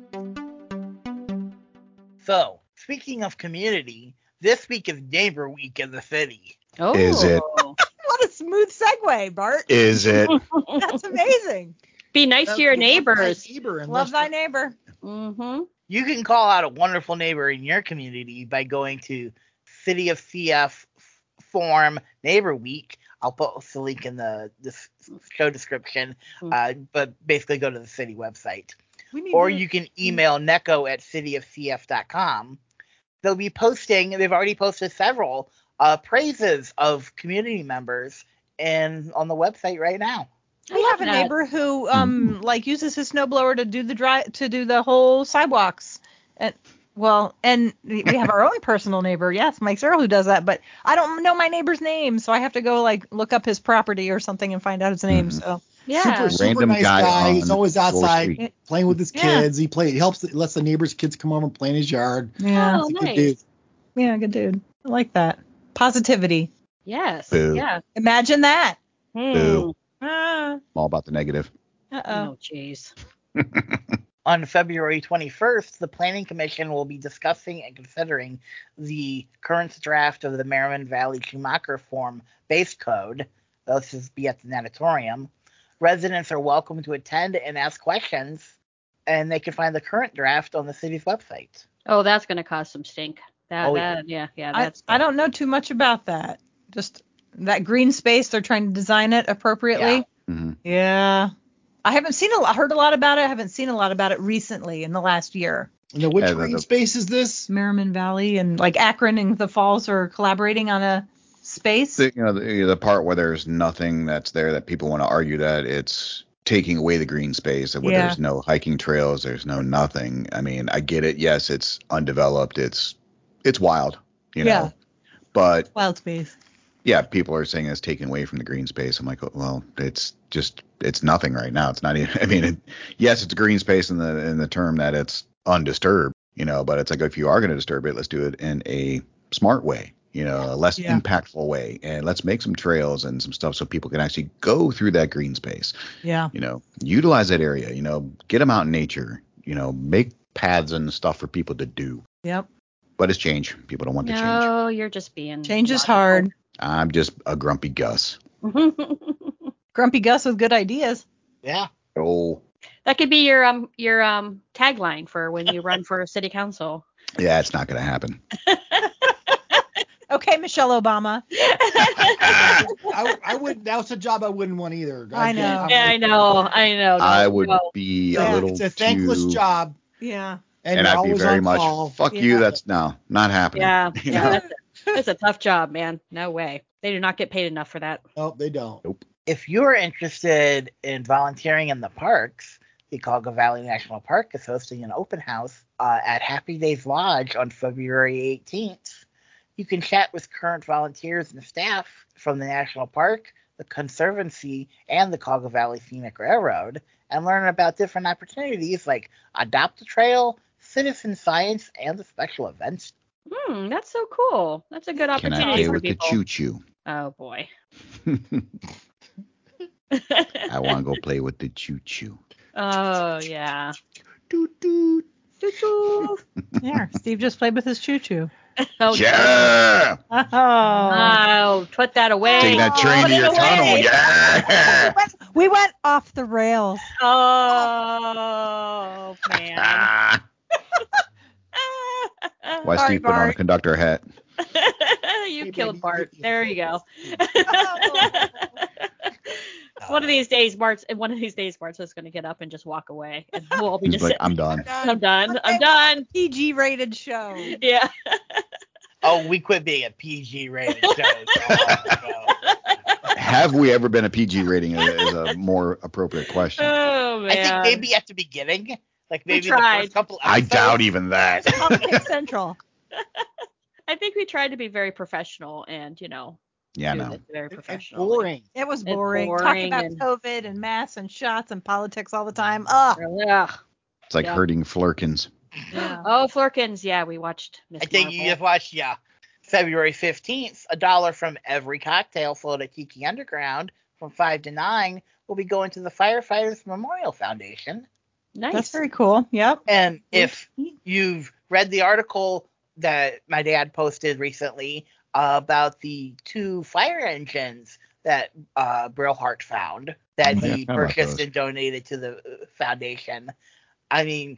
Speaker 2: So, speaking of community, this week is Neighbor Week in the city.
Speaker 3: Oh.
Speaker 5: Is it-
Speaker 4: What a smooth
Speaker 5: [LAUGHS]
Speaker 4: segue, Bart.
Speaker 1: [LAUGHS]
Speaker 5: Is it?
Speaker 4: That's amazing.
Speaker 3: Be nice to your neighbors.
Speaker 1: Neighbor and let's-
Speaker 4: Love thy neighbor.
Speaker 3: Mm-hmm.
Speaker 2: You can call out a wonderful neighbor in your community by going to City of CF Form Neighbor Week. I'll post the link in the, the s- show description, uh, but basically go to the city website.
Speaker 4: We need
Speaker 2: Or
Speaker 4: to-
Speaker 2: you can email neko at cityofcf.com. They'll be posting, they've already posted several uh, praises of community members and on the website right now.
Speaker 4: We
Speaker 3: I
Speaker 4: have a
Speaker 3: love that.
Speaker 4: neighbor who um like uses his snowblower to do the dry to do the whole sidewalks. And well, and we have our own personal neighbor, yes, Mike Searle, who does that, but I don't know my neighbor's name, so I have to go like look up his property or something and find out his name.
Speaker 5: Mhm.
Speaker 4: So
Speaker 3: Yeah.
Speaker 1: Super, super
Speaker 5: Random
Speaker 1: nice
Speaker 5: guy
Speaker 1: guy.
Speaker 5: on
Speaker 1: He's always
Speaker 5: Gore
Speaker 1: outside
Speaker 5: Street.
Speaker 1: playing with his
Speaker 4: Yeah.
Speaker 1: kids. He play. He helps. Lets the neighbors' kids come over and play in his yard.
Speaker 4: yeah,
Speaker 1: He's
Speaker 3: Oh,
Speaker 1: a good
Speaker 3: nice.
Speaker 1: dude.
Speaker 4: yeah, good dude. I like that positivity.
Speaker 3: Yes.
Speaker 5: Boo.
Speaker 3: Yeah.
Speaker 4: Imagine that.
Speaker 3: Hmm.
Speaker 5: Boo.
Speaker 4: Ah,
Speaker 5: All about the negative.
Speaker 4: uh oh.
Speaker 3: Oh, jeez.
Speaker 2: on February 21st, the Planning Commission will be discussing and considering the current draft of the Merriman Valley Schumacher Form Base Code. This is be at the natatorium. Residents are welcome to attend and ask questions, and they can find the current draft on the city's website.
Speaker 3: Oh, that's gonna cause some stink. That,
Speaker 2: Oh, yeah.
Speaker 3: that yeah. yeah,
Speaker 4: I,
Speaker 3: That's.
Speaker 4: I don't know too much about that. Just that green space, they're trying to design it appropriately.
Speaker 2: Yeah.
Speaker 5: Mhm.
Speaker 4: Yeah. I haven't seen a lot, heard a lot about it. I haven't seen a lot about it recently in the last year.
Speaker 1: Now, which
Speaker 5: Yeah, the-
Speaker 1: green
Speaker 5: the-
Speaker 1: space is this?
Speaker 4: Merriman Valley and like Akron and the Falls are collaborating on a space.
Speaker 5: The, you know, the, the part where there's nothing that's there that people want to argue that it's taking away the green space and where
Speaker 4: Yeah.
Speaker 5: there's no hiking trails, there's no nothing. I mean, I get it. Yes, it's undeveloped. It's it's wild. you know.
Speaker 4: Yeah.
Speaker 5: But
Speaker 4: Wild space.
Speaker 5: yeah, people are saying it's taken away from the green space. I'm like, oh, well, it's just it's nothing right now. It's not even. [LAUGHS] I mean, it, yes, it's green space in the in the term that it's undisturbed, you know. But it's like if you are going to disturb it, let's do it in a smart way, you know, a less
Speaker 4: Yeah.
Speaker 5: impactful way, and let's make some trails and some stuff so people can actually go through that green space.
Speaker 4: Yeah.
Speaker 5: You know, utilize that area. You know, get them out in nature. You know, make paths and stuff for people to do.
Speaker 4: Yep.
Speaker 5: But it's change. People don't want to change.
Speaker 3: No, you're just being.
Speaker 4: Change
Speaker 3: [LAUGHS]
Speaker 4: is hard.
Speaker 5: I'm just a grumpy Gus.
Speaker 4: Grumpy Gus with good ideas.
Speaker 2: Yeah.
Speaker 5: Oh.
Speaker 3: that could be your um your um tagline for when you run for city council.
Speaker 5: Yeah, it's not going to happen.
Speaker 4: Okay, Michelle Obama.
Speaker 1: I, I would. That's a job I wouldn't want either.
Speaker 4: I know.
Speaker 1: I'm-
Speaker 3: [LAUGHS] Yeah, I know, I know.
Speaker 5: I would
Speaker 3: no.
Speaker 5: be
Speaker 4: Yeah,
Speaker 5: a little
Speaker 1: It's a thankless
Speaker 5: too,
Speaker 1: job,
Speaker 4: Yeah.
Speaker 1: and,
Speaker 5: and
Speaker 1: you're
Speaker 5: I'd be
Speaker 1: always
Speaker 5: very
Speaker 1: on
Speaker 5: much
Speaker 1: call.
Speaker 5: fuck you.
Speaker 4: Yeah.
Speaker 5: That's no, not happening. [LAUGHS]
Speaker 3: Yeah,
Speaker 5: You
Speaker 3: yeah,
Speaker 5: know?
Speaker 3: that's, a, that's a tough job, man. No way. They do not get paid enough for that.
Speaker 1: Nope, they don't.
Speaker 2: if you're interested in volunteering in the parks, the Cauga Valley National Park is hosting an open house uh, at Happy Days Lodge on February 18th. You can chat with current volunteers and staff from the National Park, the Conservancy, and the Cauga Valley Scenic Railroad and learn about different opportunities like Adopt a Trail, Citizen Science, and the special events.
Speaker 3: Hmm, that's so cool. That's a
Speaker 5: Can
Speaker 3: good opportunity
Speaker 5: I pay
Speaker 3: for
Speaker 5: with the
Speaker 3: people.
Speaker 5: choo choo?
Speaker 3: Oh boy.
Speaker 5: [LAUGHS] I want to go play with the choo choo.
Speaker 3: oh yeah.
Speaker 1: Doot, doot.
Speaker 3: Choo-choo.
Speaker 4: There. Steve just played with his choo choo.
Speaker 3: Oh,
Speaker 5: yeah,
Speaker 4: Oh.
Speaker 3: Oh, put that away.
Speaker 5: take that train
Speaker 3: Put
Speaker 5: to
Speaker 3: it
Speaker 5: your
Speaker 3: away.
Speaker 5: tunnel. Yeah.
Speaker 4: we went off the [LAUGHS] rails.
Speaker 3: Oh man.
Speaker 5: [LAUGHS] Why
Speaker 4: Sorry,
Speaker 5: Steve put on a
Speaker 4: Bart.
Speaker 5: conductor hat?
Speaker 3: [LAUGHS] you
Speaker 1: Hey,
Speaker 3: killed
Speaker 1: baby.
Speaker 3: Bart. There you [LAUGHS] go.
Speaker 4: Oh.
Speaker 3: one of these days, Bart's one of these days, Bart's just gonna get up and just walk away, and we'll all be
Speaker 5: He's
Speaker 3: just
Speaker 5: like,
Speaker 3: sitting
Speaker 5: I'm
Speaker 3: [LAUGHS]
Speaker 5: done.
Speaker 3: there. I'm done. I'm done.
Speaker 4: PG rated [LAUGHS] show.
Speaker 3: Yeah.
Speaker 2: Oh, we quit being a PG rated [LAUGHS] show. so long ago.
Speaker 5: Have we ever been a PG rating? Is a more appropriate question.
Speaker 3: Oh man.
Speaker 2: I think maybe at the beginning, like
Speaker 3: We
Speaker 2: maybe the
Speaker 3: tried.
Speaker 2: first couple.
Speaker 5: I
Speaker 2: episodes.
Speaker 5: doubt even that.
Speaker 4: Comedy Central.
Speaker 3: I think we tried to be very professional and you know
Speaker 5: Yeah,
Speaker 3: do
Speaker 5: no.
Speaker 3: this very
Speaker 1: It's
Speaker 3: professional.
Speaker 1: boring.
Speaker 4: It was
Speaker 3: It's
Speaker 4: boring.
Speaker 3: boring
Speaker 4: Talking about
Speaker 3: and-
Speaker 4: COVID and masks and shots and politics all the time. Ugh.
Speaker 5: It's like
Speaker 3: Yeah.
Speaker 5: hurting flirkins.
Speaker 3: Oh, Florkins. Yeah, we watched. Miss
Speaker 2: I think you
Speaker 3: Marvel.
Speaker 2: just watched, yeah. February 15th, a dollar from every cocktail float at Tiki Underground from 5 to 9 will be going to the Firefighters Memorial Foundation.
Speaker 3: nice.
Speaker 4: That's very cool. Yep.
Speaker 2: And if you've read the article that my dad posted recently about the two fire engines that uh, Brillhart found that
Speaker 5: Oh, Yeah, I
Speaker 2: he
Speaker 5: forgot about
Speaker 2: purchased
Speaker 5: those.
Speaker 2: and donated to the uh, foundation, I mean,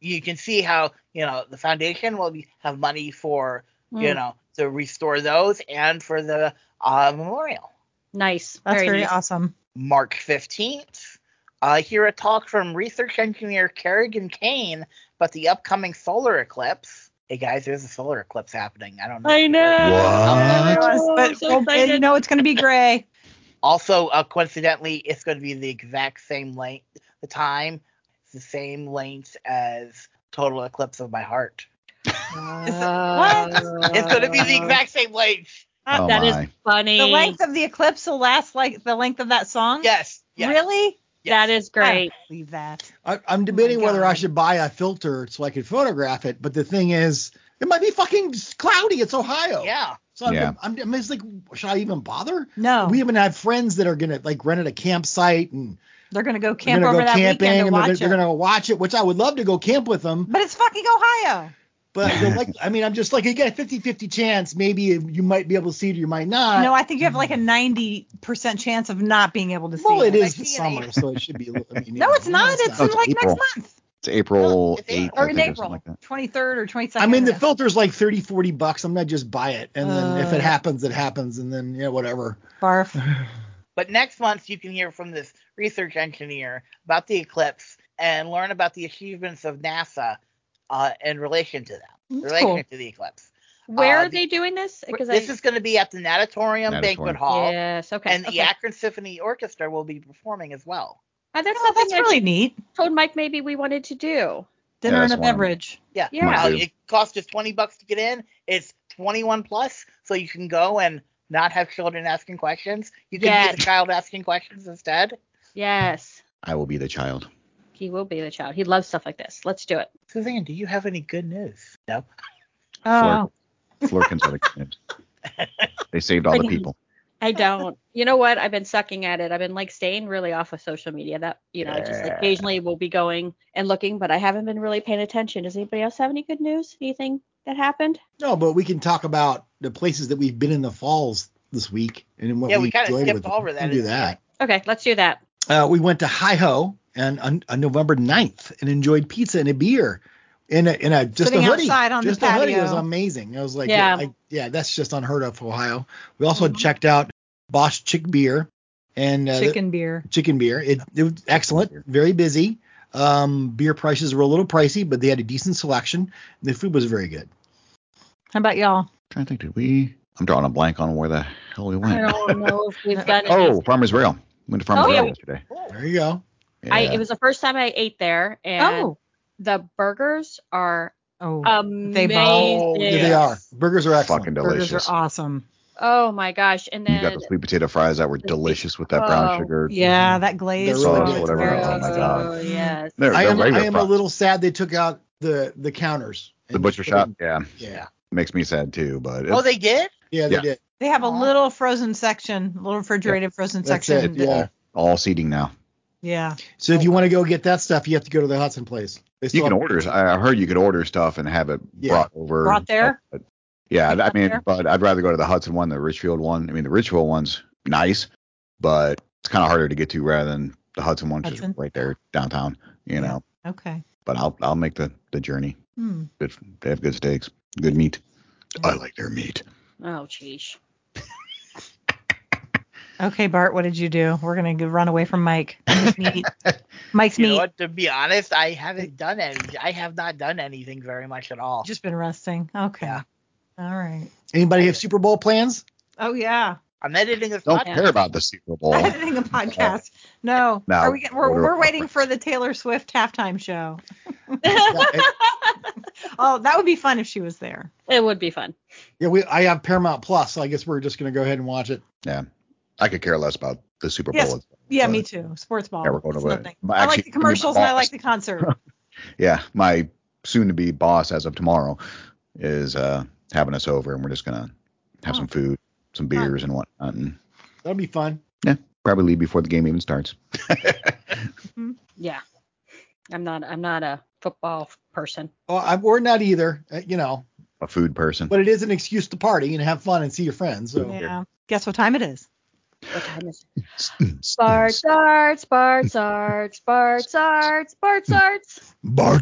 Speaker 2: you can see how you know the foundation will be, have money for you
Speaker 3: Mm,
Speaker 2: know to restore those and for the uh, memorial.
Speaker 3: nice.
Speaker 4: That's
Speaker 3: very,
Speaker 4: very
Speaker 3: nice.
Speaker 4: awesome.
Speaker 2: March 15th. Uh, hear a talk from research engineer Kerrigan Kane about the upcoming solar eclipse. Hey guys, there's a solar eclipse happening. I don't know.
Speaker 3: I know.
Speaker 5: What?
Speaker 3: Oh, I'm
Speaker 4: But
Speaker 3: so
Speaker 4: we'll- and you
Speaker 3: excited.
Speaker 4: know it's going to
Speaker 3: [LAUGHS]
Speaker 4: be gray.
Speaker 2: Also, uh, coincidentally, it's going to be the exact same length, the time, the same length as Total Eclipse of My Heart. It's going to be the exact same length.
Speaker 5: Oh
Speaker 3: That is
Speaker 5: my.
Speaker 3: funny.
Speaker 4: The length of the eclipse will last like the length of that song.
Speaker 2: Yes. yes
Speaker 4: Really?
Speaker 3: That is
Speaker 4: I
Speaker 3: great.
Speaker 4: don't believe that.
Speaker 1: [LAUGHS] I, I'm debating whether I
Speaker 4: God.
Speaker 1: should buy a filter so I could photograph it, but the thing is, it might be fucking cloudy. It's Ohio.
Speaker 2: Yeah.
Speaker 1: So I'm,
Speaker 5: Yeah.
Speaker 1: I'm, I'm just like, should I even bother?
Speaker 4: No.
Speaker 1: We even have friends that are gonna like rent at a campsite and
Speaker 4: they're going to go
Speaker 1: they're
Speaker 4: camp
Speaker 1: gonna
Speaker 4: over
Speaker 1: go
Speaker 4: that
Speaker 1: camping
Speaker 4: weekend
Speaker 1: and
Speaker 4: to
Speaker 1: they're,
Speaker 4: watch
Speaker 1: gonna,
Speaker 4: it.
Speaker 1: they're gonna watch it, which I would love to go camp with them.
Speaker 4: But it's fucking Ohio.
Speaker 1: But they're
Speaker 4: [LAUGHS]
Speaker 1: like, I mean, I'm just like, you got a 50-50 chance. Maybe you might be able to see it, or you might
Speaker 3: Uh,
Speaker 1: not.
Speaker 4: no, I think you have like a 90% chance of not being able to see
Speaker 1: Mm. well, it is
Speaker 2: Like,
Speaker 1: the
Speaker 2: you
Speaker 1: summer,
Speaker 4: [LAUGHS]
Speaker 1: so it should be. I mean, you
Speaker 4: No,
Speaker 1: know,
Speaker 4: it's not. It's
Speaker 5: Oh,
Speaker 4: in
Speaker 5: it's
Speaker 4: like
Speaker 5: April.
Speaker 4: next month.
Speaker 5: It's April
Speaker 2: It's
Speaker 5: 8th,
Speaker 2: April.
Speaker 4: Or
Speaker 5: I
Speaker 4: in
Speaker 5: think, or something
Speaker 4: April.
Speaker 5: like that.
Speaker 4: 23rd or 22nd.
Speaker 1: I mean, the
Speaker 4: of-
Speaker 1: filter's like 30, 40 bucks. I'm not just buy it. And then if
Speaker 4: Uh.
Speaker 1: it happens, it happens. And then, yeah, whatever.
Speaker 4: Barf.
Speaker 2: But next month, you can hear from this research engineer about the eclipse and learn about the achievements of NASA uh, in relation to them, in
Speaker 4: That's
Speaker 2: relation
Speaker 4: cool.
Speaker 2: to the eclipse.
Speaker 3: Where
Speaker 2: Uh,
Speaker 3: are they doing this? Because I,
Speaker 2: This is going to be at the Natatorium, Banquet
Speaker 5: Natatorium.
Speaker 2: Hall,
Speaker 3: yes. Okay.
Speaker 2: and
Speaker 3: okay.
Speaker 2: the Akron Symphony Orchestra will be performing as well.
Speaker 3: Oh, that's
Speaker 4: Oh,
Speaker 3: something
Speaker 4: that's
Speaker 3: I
Speaker 4: really neat.
Speaker 3: told Mike maybe we wanted to do.
Speaker 5: Yeah, that's
Speaker 4: Dinner and a
Speaker 5: one of them.
Speaker 4: beverage.
Speaker 2: Yeah,
Speaker 3: Yeah.
Speaker 2: Uh,
Speaker 5: Might do.
Speaker 2: it costs just 20 bucks to get in. It's 21 plus, so you can go and not have children asking questions. You can
Speaker 3: Yes.
Speaker 2: be the child asking questions instead.
Speaker 3: Yes.
Speaker 5: I will be the child.
Speaker 3: He will be the child. He loves stuff like this. Let's do it.
Speaker 2: Suzanne, do you have any good news? No.
Speaker 4: Oh,
Speaker 5: Florkins are the kids. They saved all the people.
Speaker 3: I don't. [LAUGHS] You know what? I've been sucking at it. I've been like staying really off of social media. That you know, I just like,
Speaker 5: Yeah.
Speaker 3: occasionally will be going and looking, but I haven't been really paying attention. Does anybody else have any good news? Anything that happened?
Speaker 1: No, but we can talk about the places that we've been in the falls this week and what
Speaker 2: Yeah,
Speaker 1: we,
Speaker 2: we kinda
Speaker 1: enjoyed
Speaker 2: skipped
Speaker 1: with them.
Speaker 2: over
Speaker 1: We
Speaker 2: that,
Speaker 1: can Do
Speaker 2: didn't we?
Speaker 1: that.
Speaker 3: Okay, let's do that.
Speaker 1: Uh, we went to Hi Ho and on, on November 9th and enjoyed pizza and a beer in a, in a just
Speaker 4: Sitting
Speaker 1: a hoodie.
Speaker 4: outside on the
Speaker 1: just a hoodie
Speaker 4: patio.
Speaker 1: was amazing. I was like,
Speaker 3: Yeah.
Speaker 1: yeah, I- yeah, that's just unheard of for Ohio. We also
Speaker 4: Mm-hmm.
Speaker 1: checked out Bosch Chick Beer and uh,
Speaker 4: chicken beer.
Speaker 1: chicken beer. It, it was excellent, very busy. Um, beer prices were a little pricey, but they had a decent selection. The food was very good.
Speaker 4: How about y'all?
Speaker 5: trying to think, did we? I'm drawing a blank on where the hell we
Speaker 3: [LAUGHS] I
Speaker 5: went.
Speaker 3: don't know if we've done.
Speaker 5: [LAUGHS] Oh, Farmers Rail. Went to Farmers
Speaker 3: Oh, yeah.
Speaker 5: Rail yesterday.
Speaker 1: There you go.
Speaker 5: Yeah.
Speaker 3: I, it was the first time I ate there, and
Speaker 4: Oh,
Speaker 3: the burgers are
Speaker 4: oh,
Speaker 2: Uh,
Speaker 3: amazing.
Speaker 4: bowl.
Speaker 1: Here they are. Burgers are excellent.
Speaker 5: fucking
Speaker 4: burgers
Speaker 5: delicious.
Speaker 4: are awesome.
Speaker 3: Oh my gosh! And
Speaker 5: You
Speaker 3: then
Speaker 5: got the sweet potato fries that were
Speaker 3: The sweet-
Speaker 5: delicious with that brown
Speaker 3: Oh.
Speaker 5: sugar.
Speaker 4: Yeah, that glaze.
Speaker 1: They're really
Speaker 4: oh,
Speaker 1: good.
Speaker 4: it's
Speaker 5: Whatever.
Speaker 4: very
Speaker 5: Oh, my
Speaker 4: good.
Speaker 5: God.
Speaker 3: Oh, yes.
Speaker 5: They're,
Speaker 1: I
Speaker 5: they're
Speaker 1: am, I
Speaker 5: regular
Speaker 1: am a
Speaker 5: fries.
Speaker 1: little sad they took out the the counters.
Speaker 5: The butcher shop, yeah,
Speaker 1: Yeah.
Speaker 5: makes me sad too. But
Speaker 2: Oh, they did?
Speaker 1: Yeah, they
Speaker 5: Yeah.
Speaker 1: did.
Speaker 4: They have a
Speaker 2: Aw.
Speaker 4: little frozen section, little refrigerated frozen
Speaker 1: That's
Speaker 4: section.
Speaker 1: it. Yeah.
Speaker 5: all seating now.
Speaker 4: Yeah.
Speaker 1: So if you want to go get that stuff, you have to go to the Hudson place. They
Speaker 5: You
Speaker 1: still
Speaker 5: can
Speaker 1: have-
Speaker 5: order. I I heard you could order stuff and have it
Speaker 1: Yeah.
Speaker 5: brought over.
Speaker 4: Brought there?
Speaker 5: But, but- yeah, I
Speaker 4: Brought
Speaker 5: mean,
Speaker 4: there?
Speaker 5: but I'd rather go to the Hudson one, the Richfield one. I mean, the Richfield one's nice, but it's kind of harder to get to rather than the Hudson one, which is
Speaker 4: Hudson?
Speaker 5: right there downtown. You
Speaker 4: Yeah.
Speaker 5: know,
Speaker 4: Okay.
Speaker 5: but I'll I'll make the the journey.
Speaker 4: Hmm.
Speaker 5: Good, they have good steaks, good meat. I like their meat.
Speaker 3: Oh, jeez.
Speaker 4: Okay, Bart, what did you do? We're gonna go run away
Speaker 5: [LAUGHS]
Speaker 4: from Mike. Mike's meat. Mike's
Speaker 2: You know
Speaker 4: meat.
Speaker 2: what? To be honest, I haven't done any. I have not done anything very much at all.
Speaker 4: Just been resting. Okay.
Speaker 2: Yeah.
Speaker 4: All right.
Speaker 1: Anybody have Super Bowl plans?
Speaker 4: Oh yeah. [LAUGHS]
Speaker 2: I'm editing this
Speaker 5: Don't
Speaker 2: podcast.
Speaker 5: care about the Super Bowl.
Speaker 4: I think a podcast. No.
Speaker 5: No.
Speaker 4: Are we getting, we're,
Speaker 5: Order
Speaker 4: we're
Speaker 5: of
Speaker 4: waiting
Speaker 5: preference.
Speaker 4: for the Taylor Swift halftime show.
Speaker 1: yeah, I-
Speaker 4: Oh, that would be fun if she was there.
Speaker 3: It would be fun.
Speaker 1: yeah, we I have Paramount Plus, so I guess we're just gonna go ahead and watch it.
Speaker 5: I could care less about the Super Bowl.
Speaker 4: Yes.
Speaker 5: itself.
Speaker 4: Yeah,
Speaker 5: Uh,
Speaker 4: me too. Sports ball.
Speaker 5: yeah, we're going
Speaker 4: It's
Speaker 5: to a-
Speaker 4: nothing.
Speaker 5: but
Speaker 4: I
Speaker 5: actually,
Speaker 4: like
Speaker 5: I
Speaker 4: the
Speaker 5: mean, my
Speaker 4: commercials and I
Speaker 5: boss-
Speaker 4: like the concert.
Speaker 5: [LAUGHS] yeah, my soon to be boss as of tomorrow is uh, having us over, and we're just gonna have
Speaker 4: Oh.
Speaker 5: some food, some beers, and whatnot, and
Speaker 1: That'll be fun.
Speaker 5: probably leave before the game even starts.
Speaker 3: Yeah. I'm not. I'm not a football person.
Speaker 1: Oh, I, we're not either, uh, you know,
Speaker 5: A food person.
Speaker 1: but it is an excuse to party and have fun and see your friends. So
Speaker 4: Yeah. Guess what time it is?
Speaker 3: What time is it?
Speaker 5: [CLEARS THROAT] Bart.
Speaker 3: Barts, arts, barts, arts, barts, arts, barts,
Speaker 5: Hmm.
Speaker 3: arts.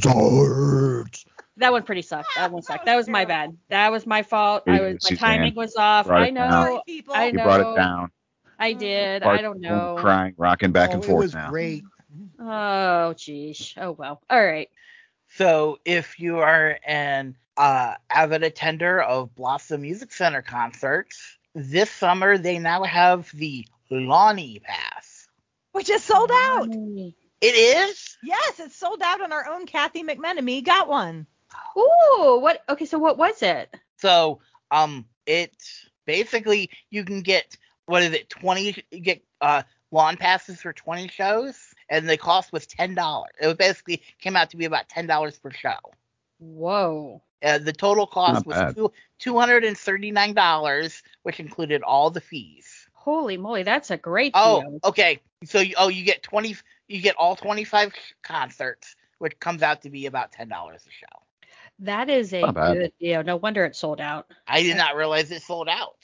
Speaker 1: Bart's
Speaker 3: That one pretty sucked. That one sucked. That was my bad. That was my fault. I was my
Speaker 5: Suzanne
Speaker 3: timing was off.
Speaker 5: brought it
Speaker 3: I
Speaker 5: down.
Speaker 3: know.
Speaker 4: people.
Speaker 3: I
Speaker 5: You brought
Speaker 3: know.
Speaker 5: it down.
Speaker 3: I did.
Speaker 5: Bart
Speaker 3: I don't know.
Speaker 5: Crying, rocking back and
Speaker 1: oh, It
Speaker 5: forth
Speaker 1: was
Speaker 5: now.
Speaker 1: great.
Speaker 3: Oh, jeez. Oh well. All right.
Speaker 2: So if you are an uh, avid attender of Blossom Music Center concerts, this summer they now have the Lonnie Pass.
Speaker 4: Which is sold out.
Speaker 2: It is?
Speaker 4: Yes, it's sold out on our own Kathy McMenemy. Got one.
Speaker 3: Ooh. What? Okay. So what was it?
Speaker 2: So um it's basically you can get what is it, twenty you get uh lawn passes for twenty shows and the cost was ten dollars. It was basically came out to be about ten dollars per show.
Speaker 3: Whoa.
Speaker 2: Uh, the total cost
Speaker 5: Not
Speaker 2: was
Speaker 5: bad.
Speaker 2: two, $239, which included all the fees.
Speaker 3: Holy moly. That's a great
Speaker 2: Oh,
Speaker 3: deal.
Speaker 2: okay. So you, oh, you get 20 you get all 25 concerts, which comes out to be about $10 a show.
Speaker 3: That is a
Speaker 5: Not bad.
Speaker 3: good deal. No wonder it sold out.
Speaker 2: I did not realize it sold out.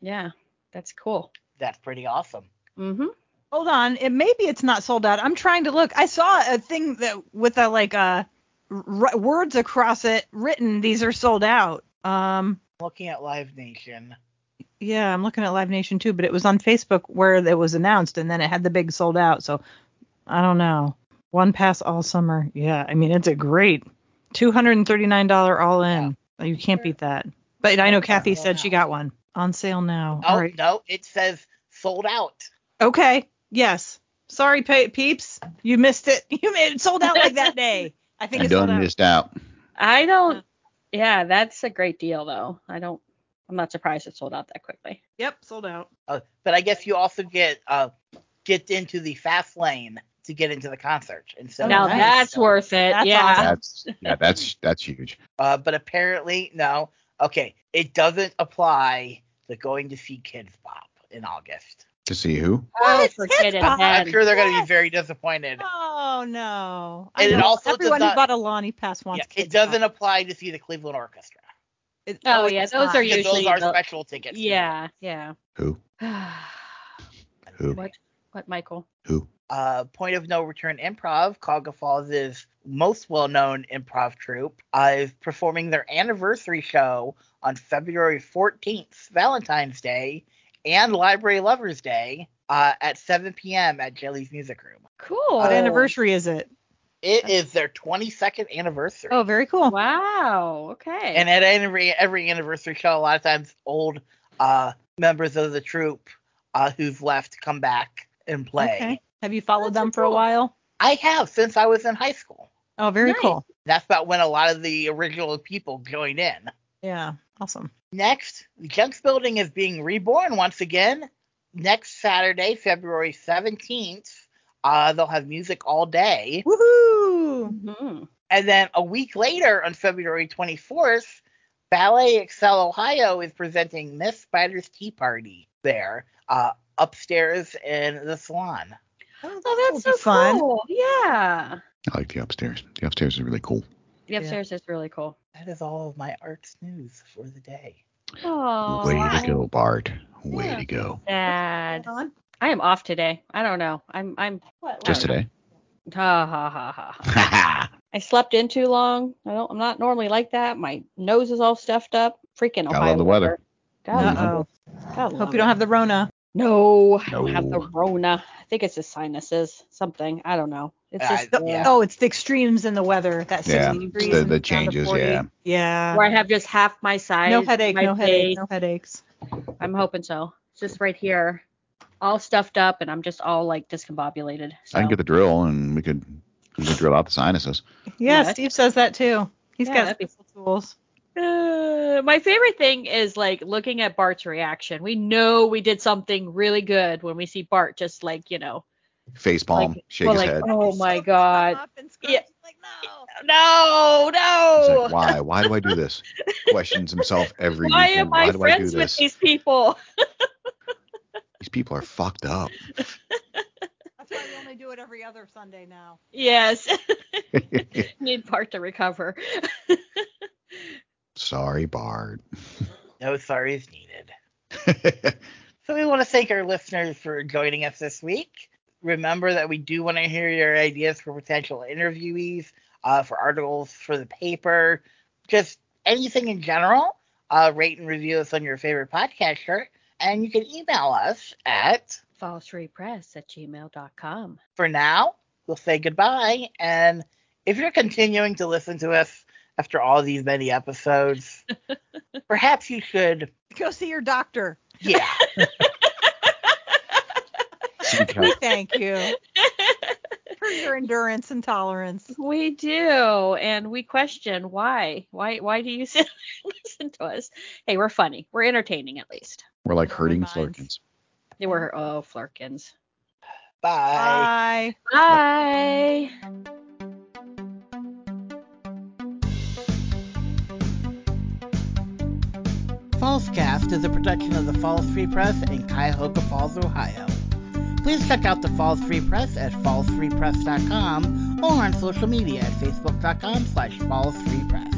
Speaker 3: Yeah. That's cool.
Speaker 2: That's pretty awesome.
Speaker 3: Mm-hmm.
Speaker 4: Hold on. It maybe it's not sold out. I'm trying to look. I saw a thing that with a like uh r- words across it written these are sold out. Um
Speaker 2: Looking at Live Nation.
Speaker 4: yeah, I'm looking at Live Nation too, but it was on Facebook where it was announced and then it had the big sold out. So I don't know. One pass all summer. Yeah, I mean it's a great $239 all in. You can't beat that. But I know Kathy said she got one on sale now.
Speaker 2: Oh,
Speaker 4: all right.
Speaker 2: no, it says sold out.
Speaker 4: Okay. Yes. Sorry, pe- peeps. You missed it. [LAUGHS] You made it sold out like that day. I think
Speaker 5: I
Speaker 4: it's sold
Speaker 5: done
Speaker 3: [LAUGHS]
Speaker 4: out.
Speaker 5: missed out.
Speaker 3: I don't. Yeah, that's a great deal though. I don't. I'm not surprised it sold out that quickly.
Speaker 4: Yep, sold out.
Speaker 2: Uh, but I guess you also get uh, get into the fast lane to get into the concert. And so
Speaker 4: Oh,
Speaker 3: now
Speaker 4: nice.
Speaker 3: that's worth it.
Speaker 4: That's
Speaker 3: yeah.
Speaker 5: That's yeah, that's that's huge.
Speaker 2: Uh, but apparently, no. Okay, it doesn't apply to going to see Kids Pop in August.
Speaker 5: To see who?
Speaker 4: What?
Speaker 3: Oh,
Speaker 4: It's
Speaker 3: forget it.
Speaker 4: Xbox.
Speaker 2: I'm
Speaker 3: man.
Speaker 2: sure they're going to be
Speaker 4: Yes.
Speaker 2: very disappointed.
Speaker 4: Oh no!
Speaker 2: And it
Speaker 4: know
Speaker 2: also
Speaker 4: everyone
Speaker 2: does not-
Speaker 4: who bought a Lonnie Pass wants
Speaker 2: Yeah,
Speaker 4: kids.
Speaker 2: it doesn't
Speaker 4: now.
Speaker 2: apply to see the Cleveland Orchestra.
Speaker 4: It-
Speaker 3: Oh, yeah,
Speaker 4: it's
Speaker 3: those
Speaker 4: not.
Speaker 3: are
Speaker 2: Because those
Speaker 3: Usually
Speaker 2: are
Speaker 3: the-
Speaker 2: special tickets.
Speaker 3: Yeah, yeah. [SIGHS]
Speaker 5: Who? Who?
Speaker 3: what? What, Michael?
Speaker 5: Who?
Speaker 2: Uh, Point of No Return Improv, Cauga Falls' is most well-known improv troupe, uh, is performing their anniversary show on February 14th, Valentine's Day, and Library Lovers Day uh, at 7 p.m. at Jelly's Music Room.
Speaker 3: Cool.
Speaker 4: What anniversary is it?
Speaker 2: It is their 22nd anniversary.
Speaker 4: Oh, very cool.
Speaker 3: Wow. Okay.
Speaker 2: And at every every anniversary show, a lot of times old uh, members of the troupe uh, who've left come back and play.
Speaker 4: Okay. Have you followed
Speaker 3: That's
Speaker 4: them
Speaker 3: so
Speaker 4: for a
Speaker 3: cool.
Speaker 4: while?
Speaker 2: I have since I was in high school.
Speaker 4: Oh, very
Speaker 3: Nice.
Speaker 4: cool.
Speaker 2: That's about when a lot of the original people joined in.
Speaker 4: Yeah, awesome.
Speaker 2: Next, the Junks Building is being reborn once again. Next Saturday, February 17th, uh, they'll have music all day.
Speaker 4: Woohoo!
Speaker 3: Mhm.
Speaker 2: And then a week later, on February 24th, Ballet Excel Ohio is presenting Miss Spider's Tea Party there, uh, upstairs in the salon.
Speaker 3: Oh, that's
Speaker 4: will
Speaker 3: so
Speaker 4: be fun.
Speaker 3: cool. Yeah.
Speaker 5: I like the upstairs. The upstairs is really cool.
Speaker 3: The upstairs is really cool.
Speaker 2: That is all of my arts news for the day.
Speaker 3: Oh.
Speaker 5: Way to go, Bart. Way
Speaker 4: Yeah.
Speaker 5: to go.
Speaker 3: Sad.
Speaker 4: Hold on.
Speaker 3: I am off today. I don't know. I'm I'm
Speaker 4: What?
Speaker 5: Just
Speaker 4: what?
Speaker 5: today. [LAUGHS]
Speaker 3: ha ha ha ha. ha.
Speaker 5: Ha
Speaker 3: I slept in too long. I don't. I'm not normally like that. My nose is all stuffed up. Freaking
Speaker 5: Gotta
Speaker 3: Ohio.
Speaker 5: love the weather.
Speaker 3: God,
Speaker 4: Uh-oh.
Speaker 3: God
Speaker 4: Hope you don't have the Rona.
Speaker 3: No, I don't have
Speaker 5: No.
Speaker 3: the Rona. I think it's the sinuses, something. I don't know. It's
Speaker 2: Uh,
Speaker 3: just
Speaker 2: the-
Speaker 3: yeah.
Speaker 4: Oh, it's the extremes in the weather. That 60
Speaker 5: Yeah,
Speaker 4: degrees.
Speaker 5: the,
Speaker 4: and
Speaker 5: the
Speaker 4: down to
Speaker 5: changes,
Speaker 4: 40.
Speaker 5: yeah.
Speaker 4: Yeah.
Speaker 3: where I have just half my size.
Speaker 4: No headache,
Speaker 3: my
Speaker 4: no headache,
Speaker 3: face.
Speaker 4: no headaches.
Speaker 3: I'm hoping so. It's just right here, all stuffed up, and I'm just all like discombobulated. So.
Speaker 5: I can get the drill and we could we could drill out the sinuses.
Speaker 4: Yeah,
Speaker 3: Yeah.
Speaker 4: Steve says that too. He's
Speaker 3: Yeah,
Speaker 4: got
Speaker 3: that'd be-
Speaker 4: special tools.
Speaker 3: Uh, my favorite thing is like looking at Bart's reaction. We know we did something really good when we see Bart just like you know.
Speaker 5: Face palm,
Speaker 3: Like-
Speaker 5: shake
Speaker 3: well,
Speaker 5: his
Speaker 3: like,
Speaker 5: head.
Speaker 3: Oh my God. Yeah.
Speaker 4: Like,
Speaker 3: No,
Speaker 4: no.
Speaker 5: He's
Speaker 3: no.
Speaker 5: like, why? Why do I do
Speaker 3: [LAUGHS]
Speaker 5: this? Questions himself every
Speaker 3: oh. Why
Speaker 5: weekend.
Speaker 3: am
Speaker 5: Why
Speaker 3: I
Speaker 5: do I do
Speaker 3: friends
Speaker 5: this?
Speaker 3: with
Speaker 5: These
Speaker 3: these people? [LAUGHS]
Speaker 5: people are fucked up.
Speaker 4: That's why we only do it every other Sunday now.
Speaker 5: [LAUGHS]
Speaker 3: Yes. [LAUGHS] Need Bart to recover.
Speaker 5: Sorry, Bart. [LAUGHS]
Speaker 2: No sorry is needed. So we want to thank our listeners for joining us this week. Remember that we do want to hear your ideas for potential interviewees, uh, for articles for the paper, just anything in general. Uh, rate and review us on your favorite podcaster, and you can email us at.
Speaker 3: Press at gmail.com.
Speaker 2: For now, we'll say goodbye, and if you're continuing to listen to us after all these many episodes, perhaps you should.
Speaker 4: Go see your doctor.
Speaker 2: Yeah.
Speaker 5: Seek
Speaker 4: We
Speaker 5: help.
Speaker 4: thank you [LAUGHS] for your endurance and tolerance.
Speaker 3: We do, and we question why. Why why do you [LAUGHS] sit listen to us? Hey, we're funny. We're entertaining at least.
Speaker 5: We're like
Speaker 3: [LAUGHS]
Speaker 4: Never
Speaker 5: hurting
Speaker 4: mind.
Speaker 5: flurkins.
Speaker 3: They were oh flirkins.
Speaker 2: Bye.
Speaker 4: Bye.
Speaker 3: Bye.
Speaker 2: Fallscast is a production of the Falls Free Press in Cuyahoga Falls, Ohio. Please check out the Falls Free Press at fallsfreepress.com or on social media at facebook.com slash fallsfreepress.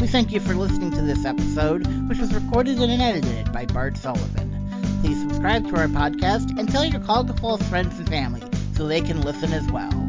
Speaker 2: We thank you for listening to this episode, which was recorded and edited by Bart Sullivan. Please subscribe to our podcast and tell your Cuyahoga Falls friends and family so they can listen as well.